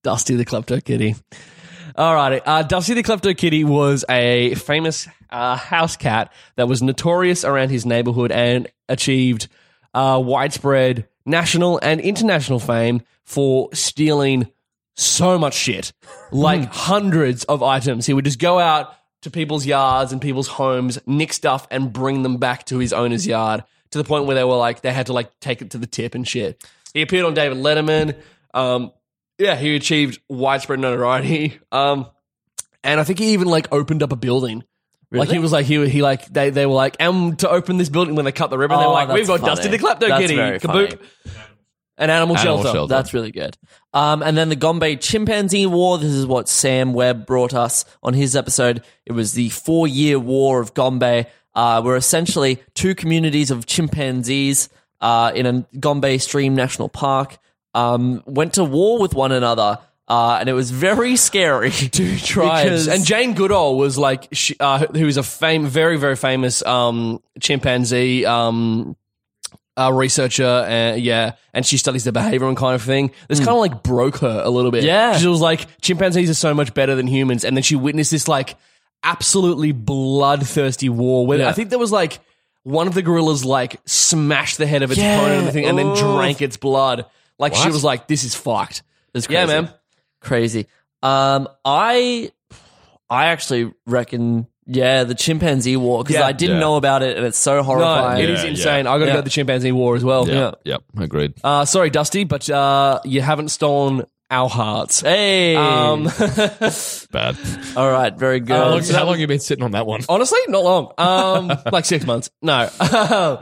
Dusty the Klepto Kitty. Alrighty. Uh, Dusty the Klepto Kitty was a famous uh, house cat that was notorious around his neighborhood and achieved uh, widespread national and international fame for stealing so much shit. Like
Hmm.
hundreds of items. He would just go out to people's yards and people's homes, nick stuff, and bring them back to his owner's yard to the point where they were like, they had to like take it to the tip and shit. He appeared on David Letterman. Um, yeah, he achieved widespread notoriety. Um, and I think he even like opened up a building Like he was like he he like they they were like um to open this building when they cut the ribbon they're
Oh,
like we've got
that's funny.
Dusty the Klepto
That's
Kitty
very
kaboop
funny.
an
Animal
animal, shelter.
shelter.
That's really good. Um, and then the Gombe Chimpanzee War. This is what Sam Webb brought us on his episode. It was the four year war of Gombe, uh, where essentially two communities of chimpanzees uh, in a Gombe Stream National Park um, went to war with one another. Uh, and it was very scary. Two
tribes. And Jane Goodall was like, she, uh, who is a fame, very, very famous um, chimpanzee um, uh, researcher. Uh, yeah. And she studies the behavior and kind of thing. This kind of like broke her a little bit.
Hmm. Yeah.
She was like, chimpanzees are so much better than humans. And then she witnessed this like absolutely bloodthirsty war where I think there was like one of the gorillas like smashed the head of its
Yeah.
opponent and, everything, and then
Oof.
drank its blood. Like she was like, this is fucked.
It's
Yeah,
crazy.
man.
Crazy. Um, I, I actually reckon, yeah, the chimpanzee war because
Yeah.
I didn't
Yeah.
know about it, and it's so
No,
horrifying.
it is
Yeah,
insane. I got to
Yeah.
go to the chimpanzee war as well.
Yeah. Yep. Agreed.
Uh, sorry, Dusty, but uh, you haven't stolen our hearts.
Hey.
Um,
Bad.
All right. Very good.
Uh,
How long, how long have you been sitting on that one?
honestly, not long. Um, like six months. No. uh,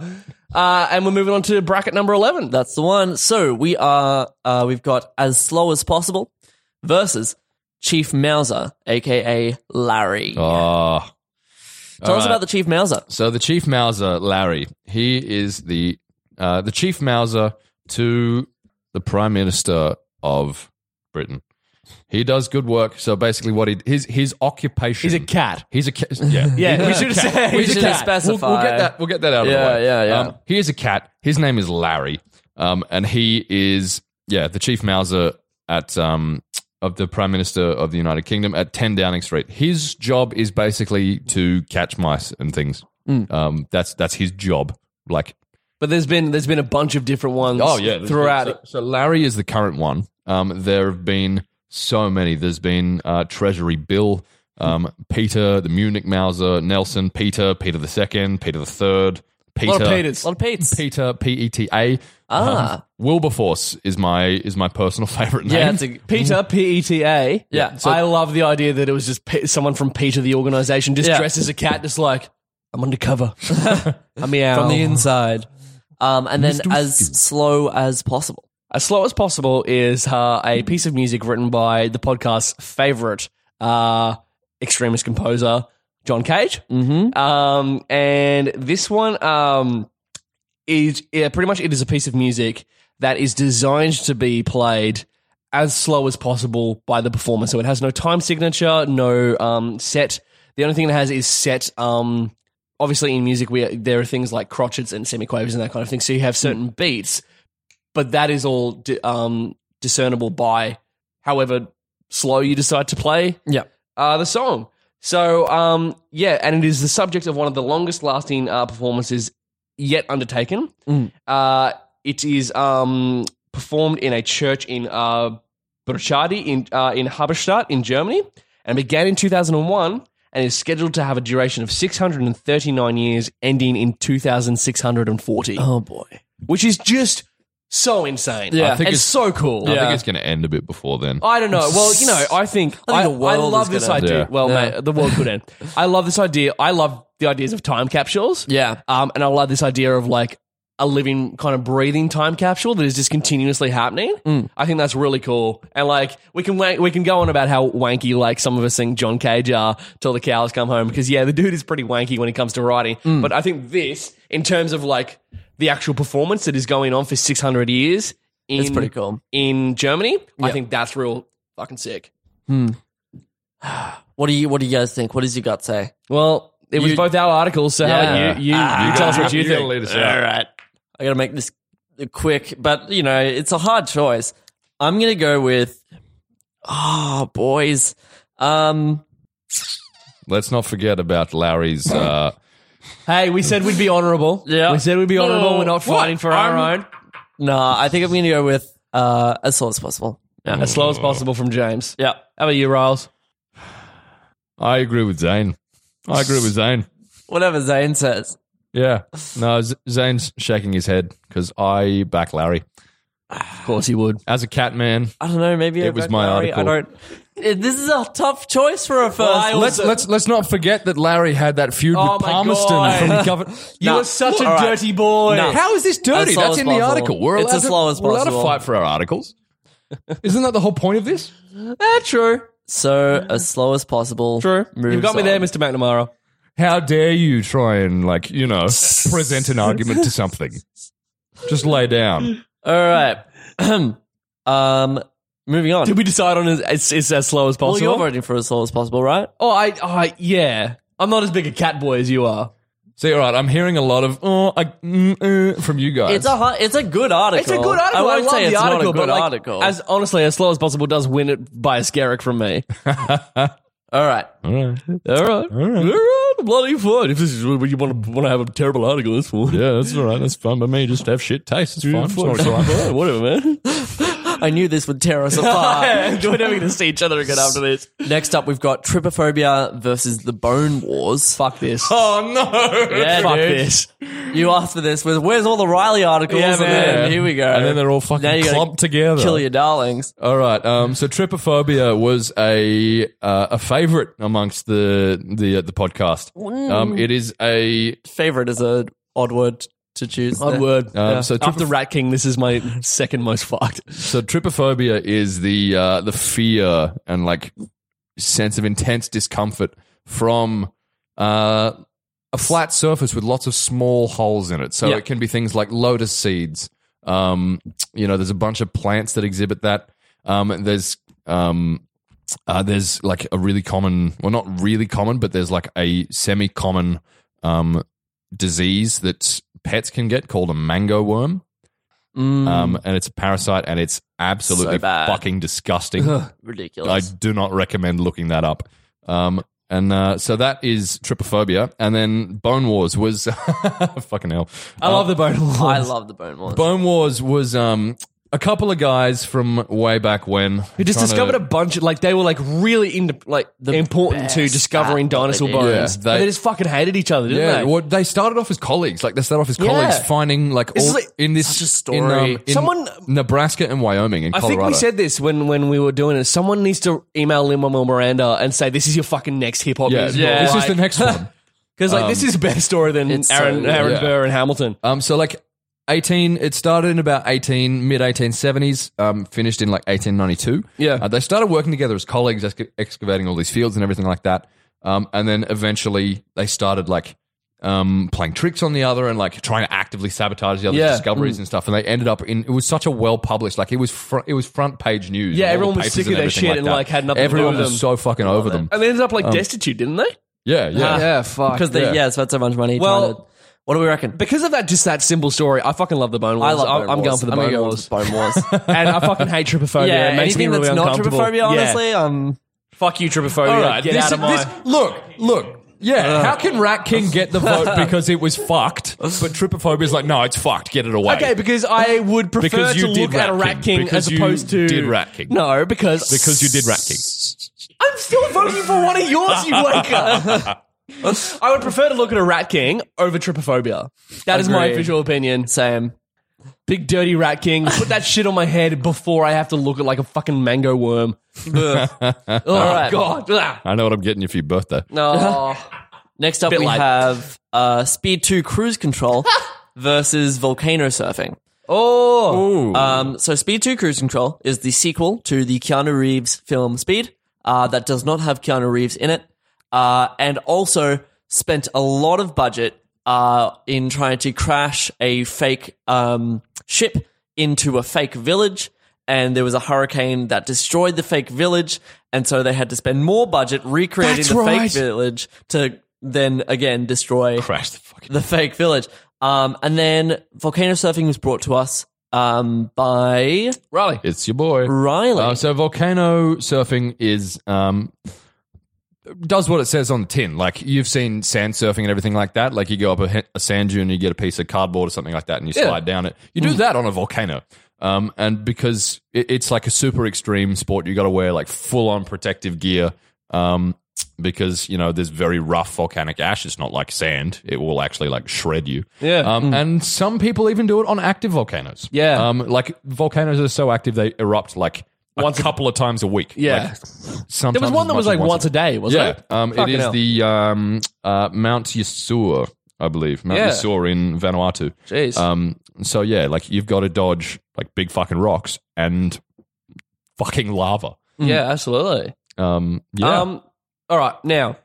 and we're moving on to bracket number 11.
That's the one. So we are. Uh, we've got as slow as possible versus Chief Mauser, aka Larry.
Ah.
Tell us about the Chief Mauser.
So the Chief Mauser, Larry, he is the uh, the Chief Mauser to the Prime Minister of Britain. He does good work. So basically, what he his his occupation.
He's a cat.
He's a cat. Yeah,
Yeah, we should have said.
We should have
We'll,
specified.
we'll get that. We'll get that out
Yeah,
of the way.
yeah, yeah.
Um, he is a cat. His name is Larry, um, and he is yeah the chief Mauser at um, of the Prime Minister of the United Kingdom at Ten Downing Street. His job is basically to catch mice and things.
Mm.
Um, that's that's his job. Like
But there's been there's been a bunch of different ones Oh,
Oh,
throughout.
So, so Larry is the current one. Um, there have been so many. There's been uh, Treasury Bill, um, Peter, the Munich Mauser, Nelson, Peter, Peter the Second, Peter the Third, Peter,
a lot of Peters.
A lot of Pete's.
Peter, P E T A.
Ah.
Um, Wilberforce is my is my personal favorite name.
Yeah, it's a,
Peter, P E T A.
Yeah,
I love the idea that it was just Pe- someone from Peter, the organization, just
Yeah.
dressed as a cat, just like, I'm undercover. I'm meow.
from the inside. Um, and then as slow as possible.
As Slow as Possible is uh, a piece of music written by the podcast's favorite uh, extremist composer, John Cage.
Mm-hmm.
Um, and this one um, is yeah, pretty much it is a piece of music that is designed to be played as slow as possible by the performer. So it has no time signature, no um, set. The only thing it has is set. Um, obviously, in music, we there are things like crotchets and semiquavers and that kind of thing. So you have certain beats, but that is all di- um, discernible by however slow you decide to play
Yeah.
uh, the song. So, um, yeah, and it is the subject of one of the longest lasting uh, performances yet undertaken.
Mm.
Uh, it is um, performed in a church in uh, Burchadi in, uh, in Haberstadt in Germany and began in 2001 and is scheduled to have a duration of 639 years, ending in 2640,
Oh boy.
which is just so insane.
Yeah.
Yeah,
I
think
it's,
it's-
so cool.
I
Yeah.
think it's going to end a bit before then.
I don't know. Well, you know, I think I, I,
I think the world
love
is
this
gonna-
idea.
Yeah.
Well,
Yeah.
mate, the world could end. I love this idea. I love the ideas of time capsules.
Yeah.
Um, and I love this idea of like a living kind of breathing time capsule that is just continuously happening.
Mm.
I think that's really cool. And like we can wank- we can go on about how wanky like some of us think John Cage are till the cows come home because yeah, the dude is pretty wanky when it comes to writing.
Mm.
But I think this, in terms of like the actual performance that is going on for six hundred years, in,
It's pretty cool.
in Germany. I
Yeah.
think that's real fucking sick.
What do you What do you guys think? What does your gut say?
Well, it was
You-
both our articles, so how
Yeah. Ah.
about you you, you tell us what you think.
us
All right. I gotta make this quick, but you know, it's a hard choice. I'm gonna go with Oh boys. Um
Let's not forget about Larry's. Uh,
Hey, we said we'd be honourable.
Yeah.
we said we'd be honourable. We're not fighting for our own.
nah, I think I'm gonna go with uh as slow as possible.
As slow as possible from James.
Yeah.
How about you, Riles?
I agree with Zane. I agree with Zane.
Whatever Zane says.
Yeah. No, Z- Zane's shaking his head because I back Larry.
Of course he would.
As a cat man,
I don't know, maybe I
It was
back
my
Larry. I
article.
don't This is a tough choice for a first.
I
Let's,
also-
let's let's not forget that Larry had that feud
Oh
with
my
Palmerston
God.
from government.
You are such a
all right.
dirty boy.
No.
How is this dirty?
As slow
That's
as
in the
possible.
article. We're
It's
allowed,
as
to,
slow as
we're allowed to
possible.
fight for our articles. Isn't that the whole point of this?
Ah, true. So as slow as possible. True.
You've got me there, Mr. McNamara.
How dare you try and like you know present an argument to something? Just lay down.
All right. um, moving on.
Did we decide on as, as, as, as slow as
well,
possible?
you're voting for as slow as possible, right?
oh, I, oh, I, yeah. I'm not as big a cat boy as you are.
See, all right, I'm hearing a lot of oh, I, mm, uh, from you guys.
It's a hu- it's a good article.
It's a good article.
I
I,
won't
love
say
the
it's
article,
not a good
but like,
article.
as honestly as slow as possible does win it by a skerrick from me.
all right.
All right.
All right, all right, bloody fun. If this is what you want to want to have a terrible article, that's fine.
Yeah, that's all right. That's fine by me. Just have shit taste. It's fine. It's not a crime.
Fine, Whatever, man.
I knew this would tear us apart.
We're never going to see each other again after this.
Next up, we've got Tripophobia versus the Bone Wars.
Fuck this.
Oh no!
Yeah,
Fuck
dude.
this.
You asked for this. With where's all the Riley articles?
Yeah,
And
man.
then Here we go.
And then they're all fucking
Now you gotta
clumped together.
Kill your darlings.
All right. Um, so tripophobia was a uh, a favorite amongst the the uh, the podcast.
Mm.
Um, it is a
Favorite is a odd word to choose.
Odd
there.
word.
um, so trip-
after Rat King, this is my second most fucked.
so tripophobia is the uh, the fear and like sense of intense discomfort from uh, a flat surface with lots of small holes in it. So
Yeah.
it can be things like lotus seeds. Um, you know, there's a bunch of plants that exhibit that. Um, there's um, uh, there's like a really common, well, not really common, but there's like a semi-common um, disease that pets can get called a mango worm. Um, and it's a parasite, and it's absolutely
Mm. So bad.
fucking disgusting. I
Ridiculous.
do not recommend looking that up. Um, and uh, so that is tripophobia, and then Bone Wars was fucking hell. Uh,
I love the bone wars.
I love the Bone Wars.
Bone Wars was um, a couple of guys from way back when
We just discovered a bunch. Of, like they were like really into like important to
best
discovering
at what
dinosaur
they did.
bones.
Yeah, they-
and they just fucking hated each other, didn't
Yeah,
they?
well, they started off as colleagues. Like they started off as colleagues,
Yeah.
finding like
This
all
is like-
in this
such a
in,
story.
um, in
Someone-
Nebraska and Wyoming and
I
Colorado.
think we said this when, when we were doing it. Someone needs to email Lin Manuel Miranda and say this is your fucking next hip hop
yeah,
musical.
this is the next one.
because like this is a better story than Aaron
It's so good.
Aaron
Yeah.
Burr and Hamilton.
Um, so like eighteen, it started in about eighteen mid eighteen seventies. Um, finished in like eighteen ninety two.
Yeah.
uh, they started working together as colleagues, exca- excavating all these fields and everything like that. Um, and then eventually they started like um playing tricks on the other and like trying to actively sabotage the other's
Yeah. Mm.
discoveries and stuff. And they ended up in it was such a well published like it was fr- it was front page news.
Yeah,
in all the
everyone was
papers
sick of their
everything
shit and,
that.
like, had nothing to do
Everyone
with
was
them.
so fucking over them.
And they ended up like destitute, didn't they?
Yeah, yeah.
fuck.
because they yeah.
Yeah.
spent so much money.
Well-
trying to- what do we reckon?
because of that, just that simple story. I fucking love the Bone Wars.
I love.
I'm-
Bone
I'm going
Wars.
for the
I'm gonna
Bone
go
Wars,
with Bone Wars.
and I fucking hate tripophobia.
yeah,
it makes me
anything
really
that's not
uncomfortable.
trypophobia,
Yeah.
honestly, um,
fuck you, tripophobia.
All right,
Get
this-
out of my.
this- look, look. Yeah, how can Rat King get the vote because it was fucked, but Tripophobia is like, no, it's fucked. Get it away.
Okay, because I would prefer
Because you
to
did
look at a
Rat
Rat
King.
King,
Because
as
you
opposed to
did Rat King.
No, because
because you did Rat King.
I'm still voting for one of yours, you wanker. I would prefer to look at a Rat King over Tripophobia. That is my
Agreed.
official opinion.
same.
Big dirty Rat King. Put that shit on my head before I have to look at like a fucking mango worm.
All right.
God. Ah.
I know what I'm getting you for your birthday.
No. Next up,
Bit
we
light.
have uh, Speed 2 Cruise Control versus Volcano Surfing.
Oh.
Um, so, Speed 2 Cruise Control is the sequel to the Keanu Reeves film Speed uh, that does not have Keanu Reeves in it uh, and also spent a lot of budget uh, in trying to crash a fake um, ship into a fake village. And there was a hurricane that destroyed the fake village. And so they had to spend more budget recreating
That's
the
right.
fake village to then again destroy
Crash the fucking.
the fake village. Um, and then volcano surfing was brought to us um, by
Riley.
It's your boy.
Riley.
Oh,
Uh, so volcano surfing is um, does what it says on the tin. Like you've seen sand surfing and everything like that. Like you go up a, he- a sand dune and you get a piece of cardboard or something like that, and you slide down it. You do that on a volcano. Um, and because it, it's like a super extreme sport, you got to wear like full on protective gear. Um, because you know there's very rough volcanic ash. It's not like sand; it will actually like shred you.
Yeah.
Um, And some people even do it on active volcanoes.
Mm. Yeah.
Um, like volcanoes are so active they erupt like a couple of times a week.
Yeah.
sometimes
There was one that was like once a day, wasn't
Yeah,
it?
um, it
Fucking
is
hell.
the um, uh, Mount Yasur, I believe. Mount
Yeah.
Yasur in Vanuatu.
Jeez.
Um, so yeah, like you've got to dodge like big fucking rocks and fucking lava.
yeah, absolutely.
Um, yeah,
Um, all right, now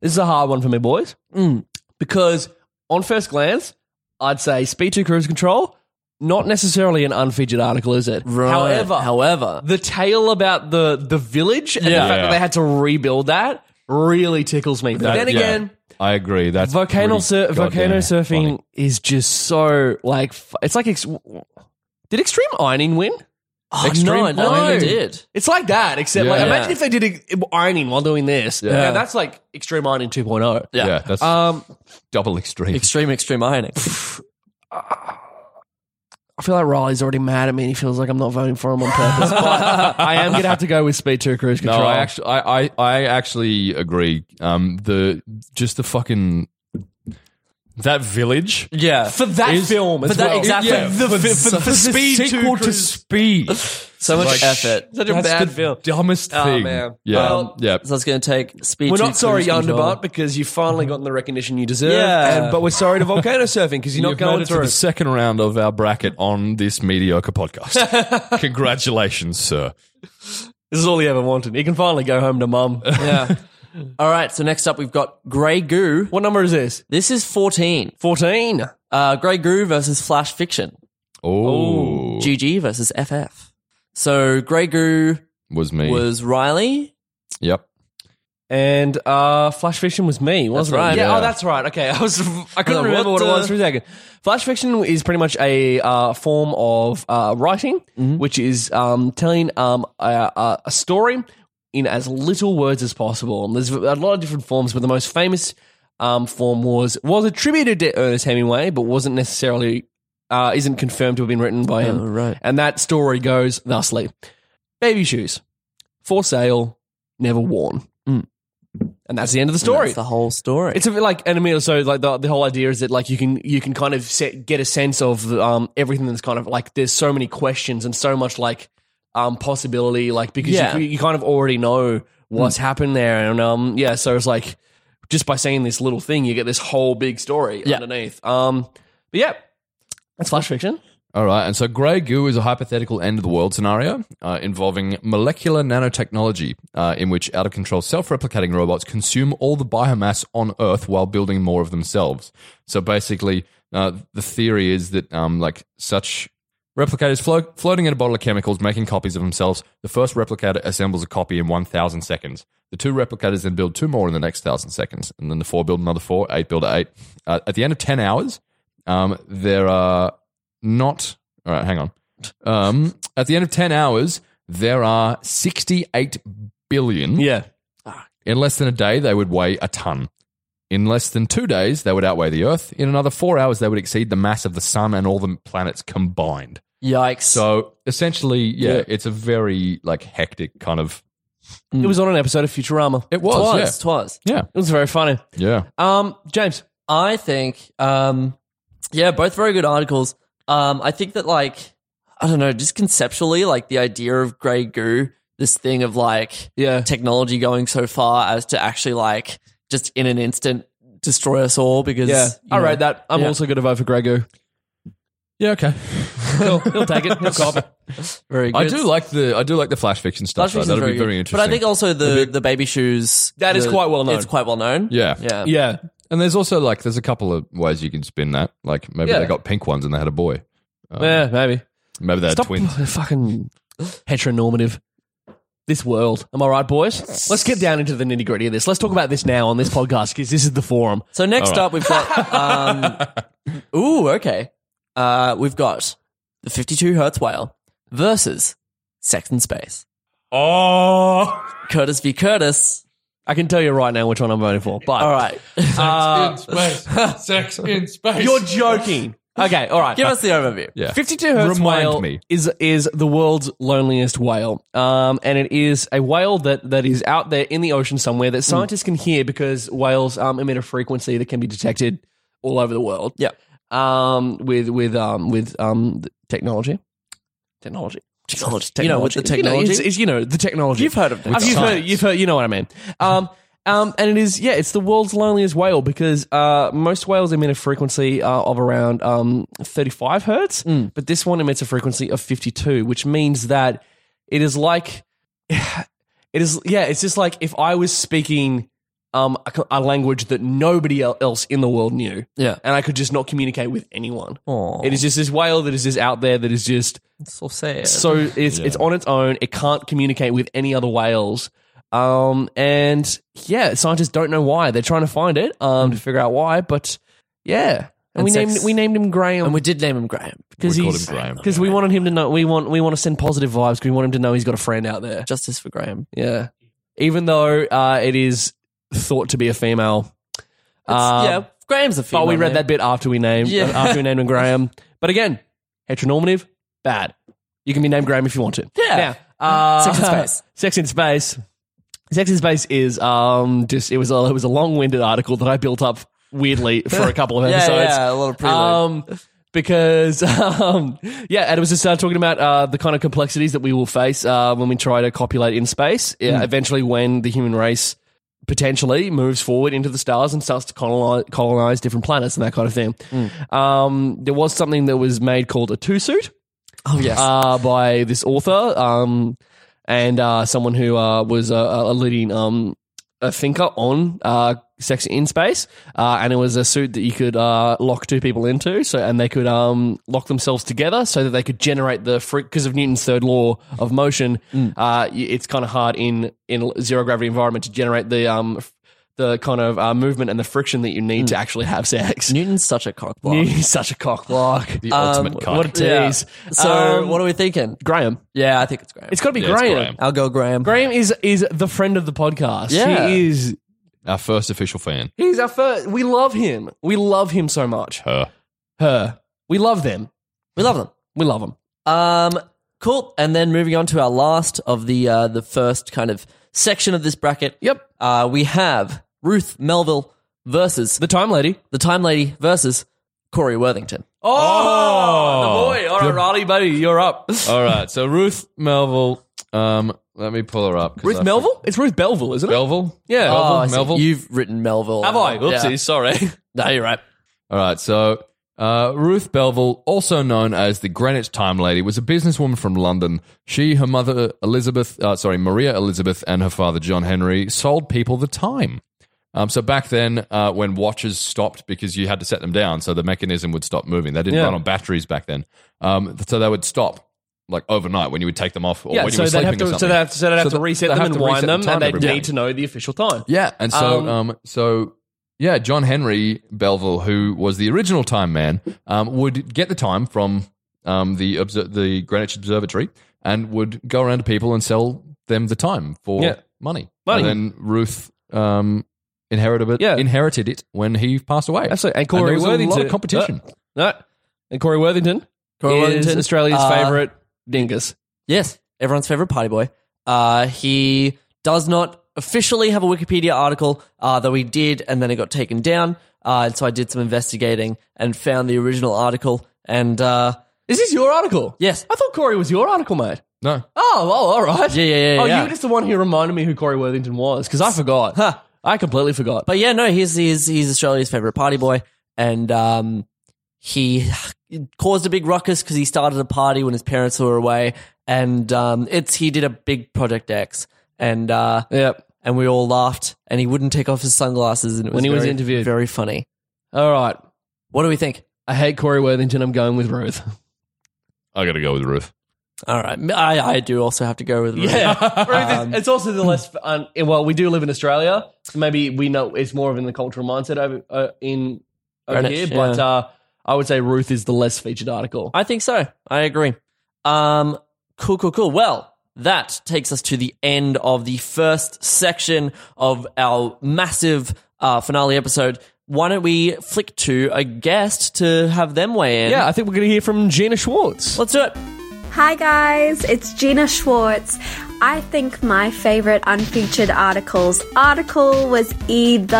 this is a hard one for me, boys,
Mm.
because on first glance, I'd say Speed Two Cruise Control, not necessarily an unfeatured article, is it?
Right.
However,
However.
the tale about the the village and the
Yeah.
fact that they had to rebuild that really tickles me. But
That-
then
yeah.
again.
I agree. That's
Volcano
pretty
sur-
goddamn
volcano surfing
funny.
is just so like f- it's like ex- did extreme ironing win?
Oh,
Extreme
no, I
No.
never did.
It's like that, except like
Yeah.
imagine if they did ex- ironing while doing this. Yeah, that's like extreme ironing 2.0.
Yeah,
Yeah.
that's
Um,
double extreme.
Extreme, extreme ironing.
I feel like Riley's already mad at me and he feels like I'm not voting for him on purpose. but I am gonna have to go with Speed to Cruise
no,
Control.
I actually, I, I, I actually agree. Um, the just the fucking that village.
yeah.
for that film, as
for that-
well.
exactly.
Yeah,
The
for,
fi-
for, for
the
Speed to
sequel to
Cruise-
Speed.
So much
Like,
effort. Um,
Such a bad film.
Dumbest
Oh,
thing.
man.
Yeah,
Well,
yeah.
So it's going to take speed.
We're
to
not sorry,
cruise control.
Underbutt, because you've finally gotten the recognition you deserve.
Yeah.
and- but we're sorry to Volcano Surfing because you're not
You've made
going
it to
through.
the second round of our bracket on this mediocre podcast. Congratulations, sir.
This is all he ever wanted. He can finally go home to mum.
Yeah. All right. So next up, we've got Grey Goo.
what number is this?
This is 14.
14.
Uh, Grey Goo versus Flash Fiction.
Oh,
GG versus FF. So Grey Goo
was me.
was Riley.
yep.
And uh, Flash Fiction was me, wasn't
That's right.
it? Yeah,
Yeah.
oh, that's right. Okay, I was I couldn't
What
remember what, it
the-
was for a second. Flash Fiction is pretty much a uh, form of uh, writing, which is um, telling um, a- a, a story in as little words as possible. And there's a lot of different forms, but the most famous um, form was was attributed to Ernest Hemingway, but wasn't necessarily uh, isn't confirmed to have been written by him.
Oh, right.
And that story goes thusly: Baby shoes, for sale, never worn. Mm. And that's the end of the story.
That's the whole story.
It's a bit like anime. So like the, the whole idea is that like you can you can kind of set, get a sense of um, everything that's kind of like there's so many questions and so much like um, possibility like because
Yeah. Mm.
you, you kind of already know what's happened there and um yeah so it's like just by seeing this little thing you get this whole big story
Yeah.
underneath um but yeah that's flash fiction
All right, and so Grey Goo is a hypothetical end of the world scenario uh, involving molecular nanotechnology, uh, in which out of control self replicating robots consume all the biomass on Earth while building more of themselves. So basically, uh, the theory is that um, like such replicators flo- floating in a bottle of chemicals, making copies of themselves. The first replicator assembles a copy in one thousand seconds. The two replicators then build two more in the next thousand seconds, and then the four build another four, eight build eight. Uh, at the end of ten hours, um, there are not. All right, hang on. Um, at the end of 10 hours, there are 68 billion.
yeah
In less than a day, they would weigh a ton. In less than two days, they would outweigh the Earth. In another four hours, they would exceed the mass of the sun and all the planets combined.
Yikes.
So essentially, yeah,
Yeah.
it's a very like hectic kind of.
it was on an episode of Futurama it
was,
twas, twas.
Yeah,
was very funny
yeah,
um James
I think, um, yeah, both very good articles. Um, I think that, like, I don't know, just conceptually, like the idea of Grey Goo, this thing of like
Yeah.
technology going so far as to actually like just in an instant destroy us all because you
I
know,
read that I'm
Yeah.
also going to vote for Grego
yeah. Okay,
cool he'll take it he'll cop it
Very good.
I do like the I do like the flash fiction stuff.
Flash
though.
Fiction's
That'll be
good.
very interesting.
But I think also the the baby shoes
That is
the-
quite well known.
It's quite well known.
yeah,
yeah.
yeah
And there's also like there's a couple of ways you can spin that. Like maybe
Yeah.
they got pink ones and they had a boy.
yeah maybe
Maybe they had
Stop
twins.
fucking heteronormative. This world. Am I right, boys? Let's get down into the nitty gritty of this. Let's talk about this now on this podcast because this is the forum.
So next up we've got um Ooh, okay. Uh we've got the fifty two Hertz whale versus Sex in Space.
Oh.
Curtis v. Curtis.
I can tell you right now which one I'm voting for, but
All right.
Uh,
space. Sex in space.
you're joking. Okay, all right.
Give us the overview.
yeah.
52 hertz
Remind
whale
me.
is is the world's loneliest whale, um, and it is a whale that, that is out there in the ocean somewhere
Hmm.
that scientists can hear because whales um, emit a frequency that can be detected all over the world.
Yep.
um, with with um, with um, th- technology, technology,
You know, with the
You know,
technology.
it's, it's, you know, the technology.
You've heard of
Uh,
it.
You've heard, you've heard, you know what I mean. Um, um, and it is, yeah, it's the world's loneliest whale because uh, most whales emit a frequency uh, of around um, 35 hertz,
Hmm.
but this one emits a frequency of 52, which means that it is like, it is, yeah, it's just like if I was speaking um, a, co- a language that nobody el- else in the world knew,
yeah.
and I could just not communicate with anyone.
Aw.
It is just this whale that is just out there that is just
so sad.
so it's it's on its own. It can't communicate with any other whales. Um, and yeah, scientists don't know why. They're trying to find it um, to figure out why. But yeah, and,
Mm. And
we
sex.
named we named him Graham
and we did name him Graham.
because
We called
he's
him Graham.
because we wanted him to know. We want we want to send positive vibes because we want him to know he's got a friend out there.
Justice for Graham.
Yeah, even though uh, it is thought to be a female. Um,
yeah, Graham's a female.
but we read
name.
that bit after we named
Yeah.
after we named him Graham. But again, heteronormative, bad. You can be named Graham if you want to.
Yeah.
Now, uh,
Sex in Space.
Sex in space. Sex in space is um just it was a it was a long winded article that I built up weirdly for a couple of
Yeah,
episodes.
yeah, a lot of prelude.
Um, because um, yeah, and it was just uh, talking about uh, the kind of complexities that we will face uh, when we try to copulate in space. Yeah,
Hmm.
Eventually, when the human race potentially moves forward into the stars and starts to colonize, colonize different planets and that kind of thing.
Hmm.
Um, there was something that was made called a two suit
Oh yes.
uh, by this author um, and uh, someone who uh, was a, a leading um, a thinker on uh, sex in space, uh, and it was a suit that you could uh, lock two people into, so and they could um, lock themselves together so that they could generate the because of Newton's third law of motion.
Mm.
Uh, y- it's kind of hard in in zero gravity environment to generate the um, f- the kind of uh, movement and the friction that you need
Mm.
to actually have sex.
Newton's such a cockblock.
Newton's such a cockblock.
The
Um,
ultimate cock.
What a tease.
So
Um,
what are we thinking?
Graham.
Yeah, I think it's Graham.
It's got to be
Yeah, it's
Graham.
Graham.
I'll go Graham.
Graham is is the friend of the podcast.
Yeah.
He is
Our first official fan.
he's our first we love him. We love him so much.
Her.
Her. We love them.
We love them.
We love them.
Um, cool. And then moving on to our last of the uh, the first kind of section of this bracket.
Yep.
Uh, we have Ruth Melville versus
The time lady.
the Time Lady versus Corey Worthington.
Oh,
All right, Riley, buddy, you're up.
All right. So Ruth Melville. Um, let me pull her up. 'cause
Ruth
I-
Melville? It's Ruth Belville, isn't it?
Melville. Yeah.
Oh, I
Melville.
see.
Melville.
You've written Melville.
Have I? Oopsie,
Yeah.
sorry.
No, you're right.
All right. So uh, Ruth Belville, also known as the Greenwich Time Lady, was a businesswoman from London. She, her mother Elizabeth, uh, sorry Maria Elizabeth, and her father John Henry sold people the time. Um, so back then, uh, when watches stopped because you had to set them down, so the mechanism would stop moving. They didn't
Yeah.
run on batteries back then, um, so they would stop like overnight when you would take them off or
Yeah,
when
so
you were
they
sleeping
have
or
to so
something.
they have to, so they have
So
to
they-
reset
they
them
have
and
to reset
wind
the
them
time
and they
every
need
day.
to know the official time.
Yeah, and so
Um,
um, so yeah, John Henry Belville, who was the original time man, um, would get the time from um, the obser- the Greenwich Observatory and would go around to people and sell them the time for
Yeah.
money.
Money.
And then Ruth um, inherited it.
Yeah.
inherited it when he passed away.
Absolutely. And
And
Corey
there was a lot
Worthington.
of competition.
No. And Corey Worthington
Corey
is
Worthington,
Australia's
uh,
favourite dingus.
Yes, everyone's favorite party boy. Uh, he does not officially have a Wikipedia article, uh, though he did, and then it got taken down. Uh, and so I did some investigating and found the original article. And uh,
Is this your article?
yes,
I thought Corey was your article, mate.
No,
Oh, well, all right.
Yeah, yeah, yeah,
Oh,
yeah.
you were just the one who reminded me who Corey Worthington was because I forgot.
Huh.
I completely forgot.
but yeah, no, he's he's, he's Australia's favorite party boy, and um, he caused a big ruckus because he started a party when his parents were away, and um, it's he did a big Project X, and uh,
yep.
and we all laughed, and he wouldn't take off his sunglasses, and it was
When he was
very-
interviewed.
very funny.
All right.
What do we think?
I hate Corey Worthington. I'm going with Ruth.
I got to go with Ruth.
All right, I, I do also have to go with Ruth.
Ruth is, it's also the less. Um, well, we do live in Australia. So maybe we know it's more of in the cultural mindset over uh, in over
Greenwich,
here. But
yeah.
uh, I would say Ruth is the less featured article.
I think so. I agree. Um, cool, cool, cool. Well, that takes us to the end of the first section of our massive uh, finale episode. Why don't we flick to a guest to have them weigh in?
yeah, I think we're going to hear from Gina Schwartz.
Let's do it.
Hi guys, it's Gina Schwartz. I think my favorite unfeatured articles article was either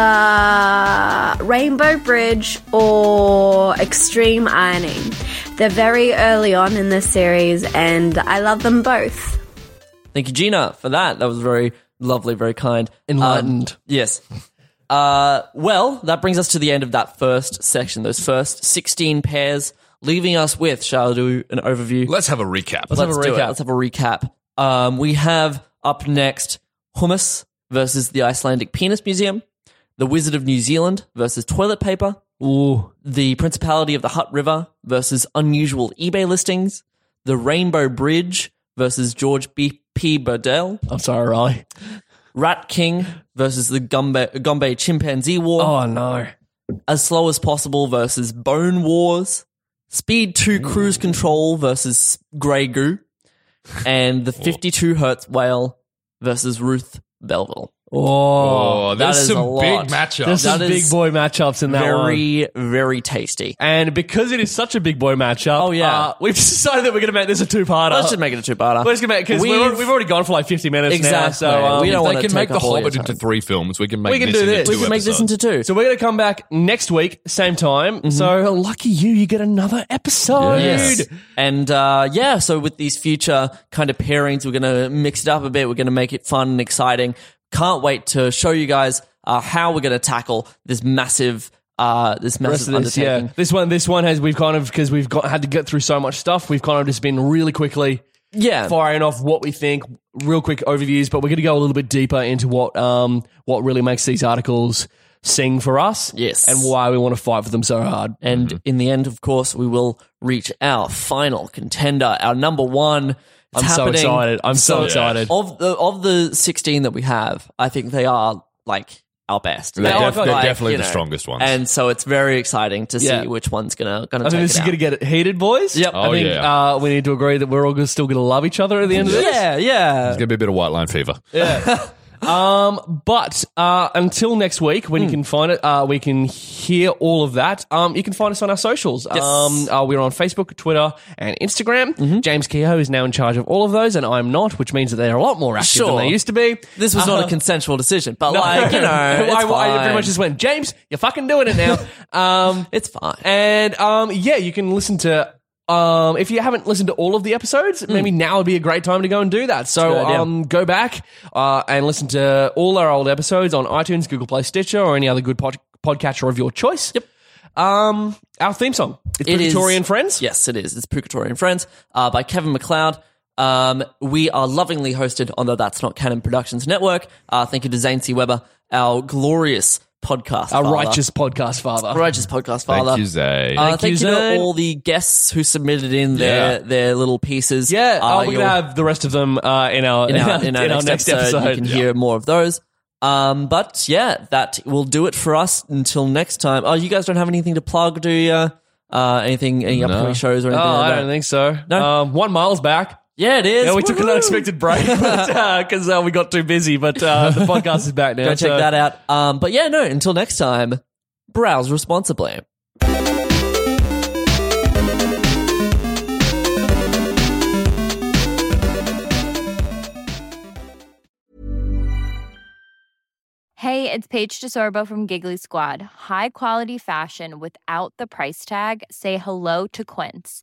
Rainbow Bridge or Extreme Ironing. They're very early on in the series and I love them both.
Thank you, Gina, for that. That was very lovely, very kind.
Enlightened.
Um, yes. Uh, well, that brings us to the end of that first section, those first 16 pairs, leaving us with, shall I do an overview?
Let's have a recap.
Let's
have a
do it.
recap.
Let's have a recap. Um, we have up next hummus versus the Icelandic Penis Museum, the Wizard of New Zealand versus toilet paper,
Ooh.
the Principality of the Hutt River versus unusual eBay listings, the Rainbow Bridge versus George B. P. Burdell,
I'm sorry, Riley.
Rat King versus the Gombe, Gombe Chimpanzee War,
Oh, no.
As Slow as Possible versus Bone Wars, Speed 2 Cruise Control versus Grey Goo, and
Oh.
the 52 Hertz Whale versus Ruth Belville.
Oh,
Oh,
that
there's
is
some
a lot.
big matchups.
there's some
that
big
is
boy matchups in that one.
Very, very tasty.
And because it is such a big boy matchup,
Oh, yeah.
uh, we've decided that we're going to make this a two-parter.
Let's just make it a two-parter.
We're just gonna make because we've,
We've-
we've already gone for like 50 minutes now.
Exactly.
So um,
We don't
if
wanna
they can
take
make The
up all your
Hobbit
time.
into three films. We can make
We can
this
do
into
this.
two
We can make this
episodes.
into two.
So we're going to come back next week, same time. So lucky you, you get another episode.
Mm-hmm. Yes. And uh, yeah, so with these future kind of pairings, we're going to mix it up a bit. We're going to make it fun and exciting. Can't wait to show you guys uh, how we're going to tackle this massive, uh,
Rest
this massive
of this,
undertaking.
yeah. This one, this one has we've kind of because we've got had to get through so much stuff. We've kind of just been really quickly
Yeah.
firing off what we think, real quick overviews. But we're going to go a little bit deeper into what um what really makes these articles sing for us,
Yes.
and why we want to fight for them so hard.
And in the end, of course, we will reach our final contender, our number one. It's
I'm so
happening.
excited. I'm so excited.
Of the of the sixteen that we have, I think they are like our best.
They're,
They are,
def- they're
like,
definitely
you
the
know,
strongest ones.
And so it's very exciting to see
Yeah.
which one's gonna gonna.
I think
take
this
it
is
out.
going to get heated, boys.
Yep.
Oh,
I think
yeah.
uh, we need to agree that we're all gonna- still going to love each other at the end of this.
Yeah, yeah.
It's gonna be a bit of white line fever.
Um, but uh, until next week, when
Hmm.
you can find it, uh, we can hear all of that. Um, you can find us on our socials. Um, uh, we're on Facebook, Twitter, and Instagram.
Mm-hmm.
James Kehoe is now in charge of all of those, and I'm not, which means that they're a lot more active than
Sure.
they used to be. Uh-huh.
This was not a consensual decision, but like you know, it's
I, I
fine.
pretty much just went, James, you're fucking doing it now. um,
it's fine.
and um, yeah, you can listen to. Um, if you haven't listened to all of the episodes, maybe now would be a great time to go and do that. So
Hmm. Good idea.
um, go back uh, and listen to all our old episodes on iTunes, Google Play, Stitcher, or any other good pod- podcatcher of your choice. Yep. Um, our theme song. It's
It is-
Victorian Friends.
Yes, it is. It's Purgatory and Friends uh, by Kevin McLeod. Um, we are lovingly hosted on the That's Not Canon Productions Network. Uh, thank you to Zane C. Weber, our glorious podcast.
Our
father.
righteous podcast father.
righteous podcast
Thank
father.
you, Zay.
Uh, thank,
you,
you, to
Zane.
all the guests who submitted in their,
Yeah.
their little pieces.
Yeah,
Uh,
uh, we're
you'll-
gonna have the rest of them uh, in our
in our, in our, next, episode, You can
Yeah.
hear more of those. Um, but yeah, that will do it for us until next time. Oh, you guys don't have anything to plug, do you? Uh, anything, any upcoming shows or
Oh,
anything? like
I
that?
don't think so.
No?
Um, one mile's back.
Yeah, it is.
Yeah, we took an
Woohoo!
unexpected break because uh, we got too busy, but uh, the podcast is back now.
Go check that out. Um, but yeah, no. Until next time, browse responsibly.
Hey, it's Paige DeSorbo from Giggly Squad. High quality fashion without the price tag. Say hello to Quince.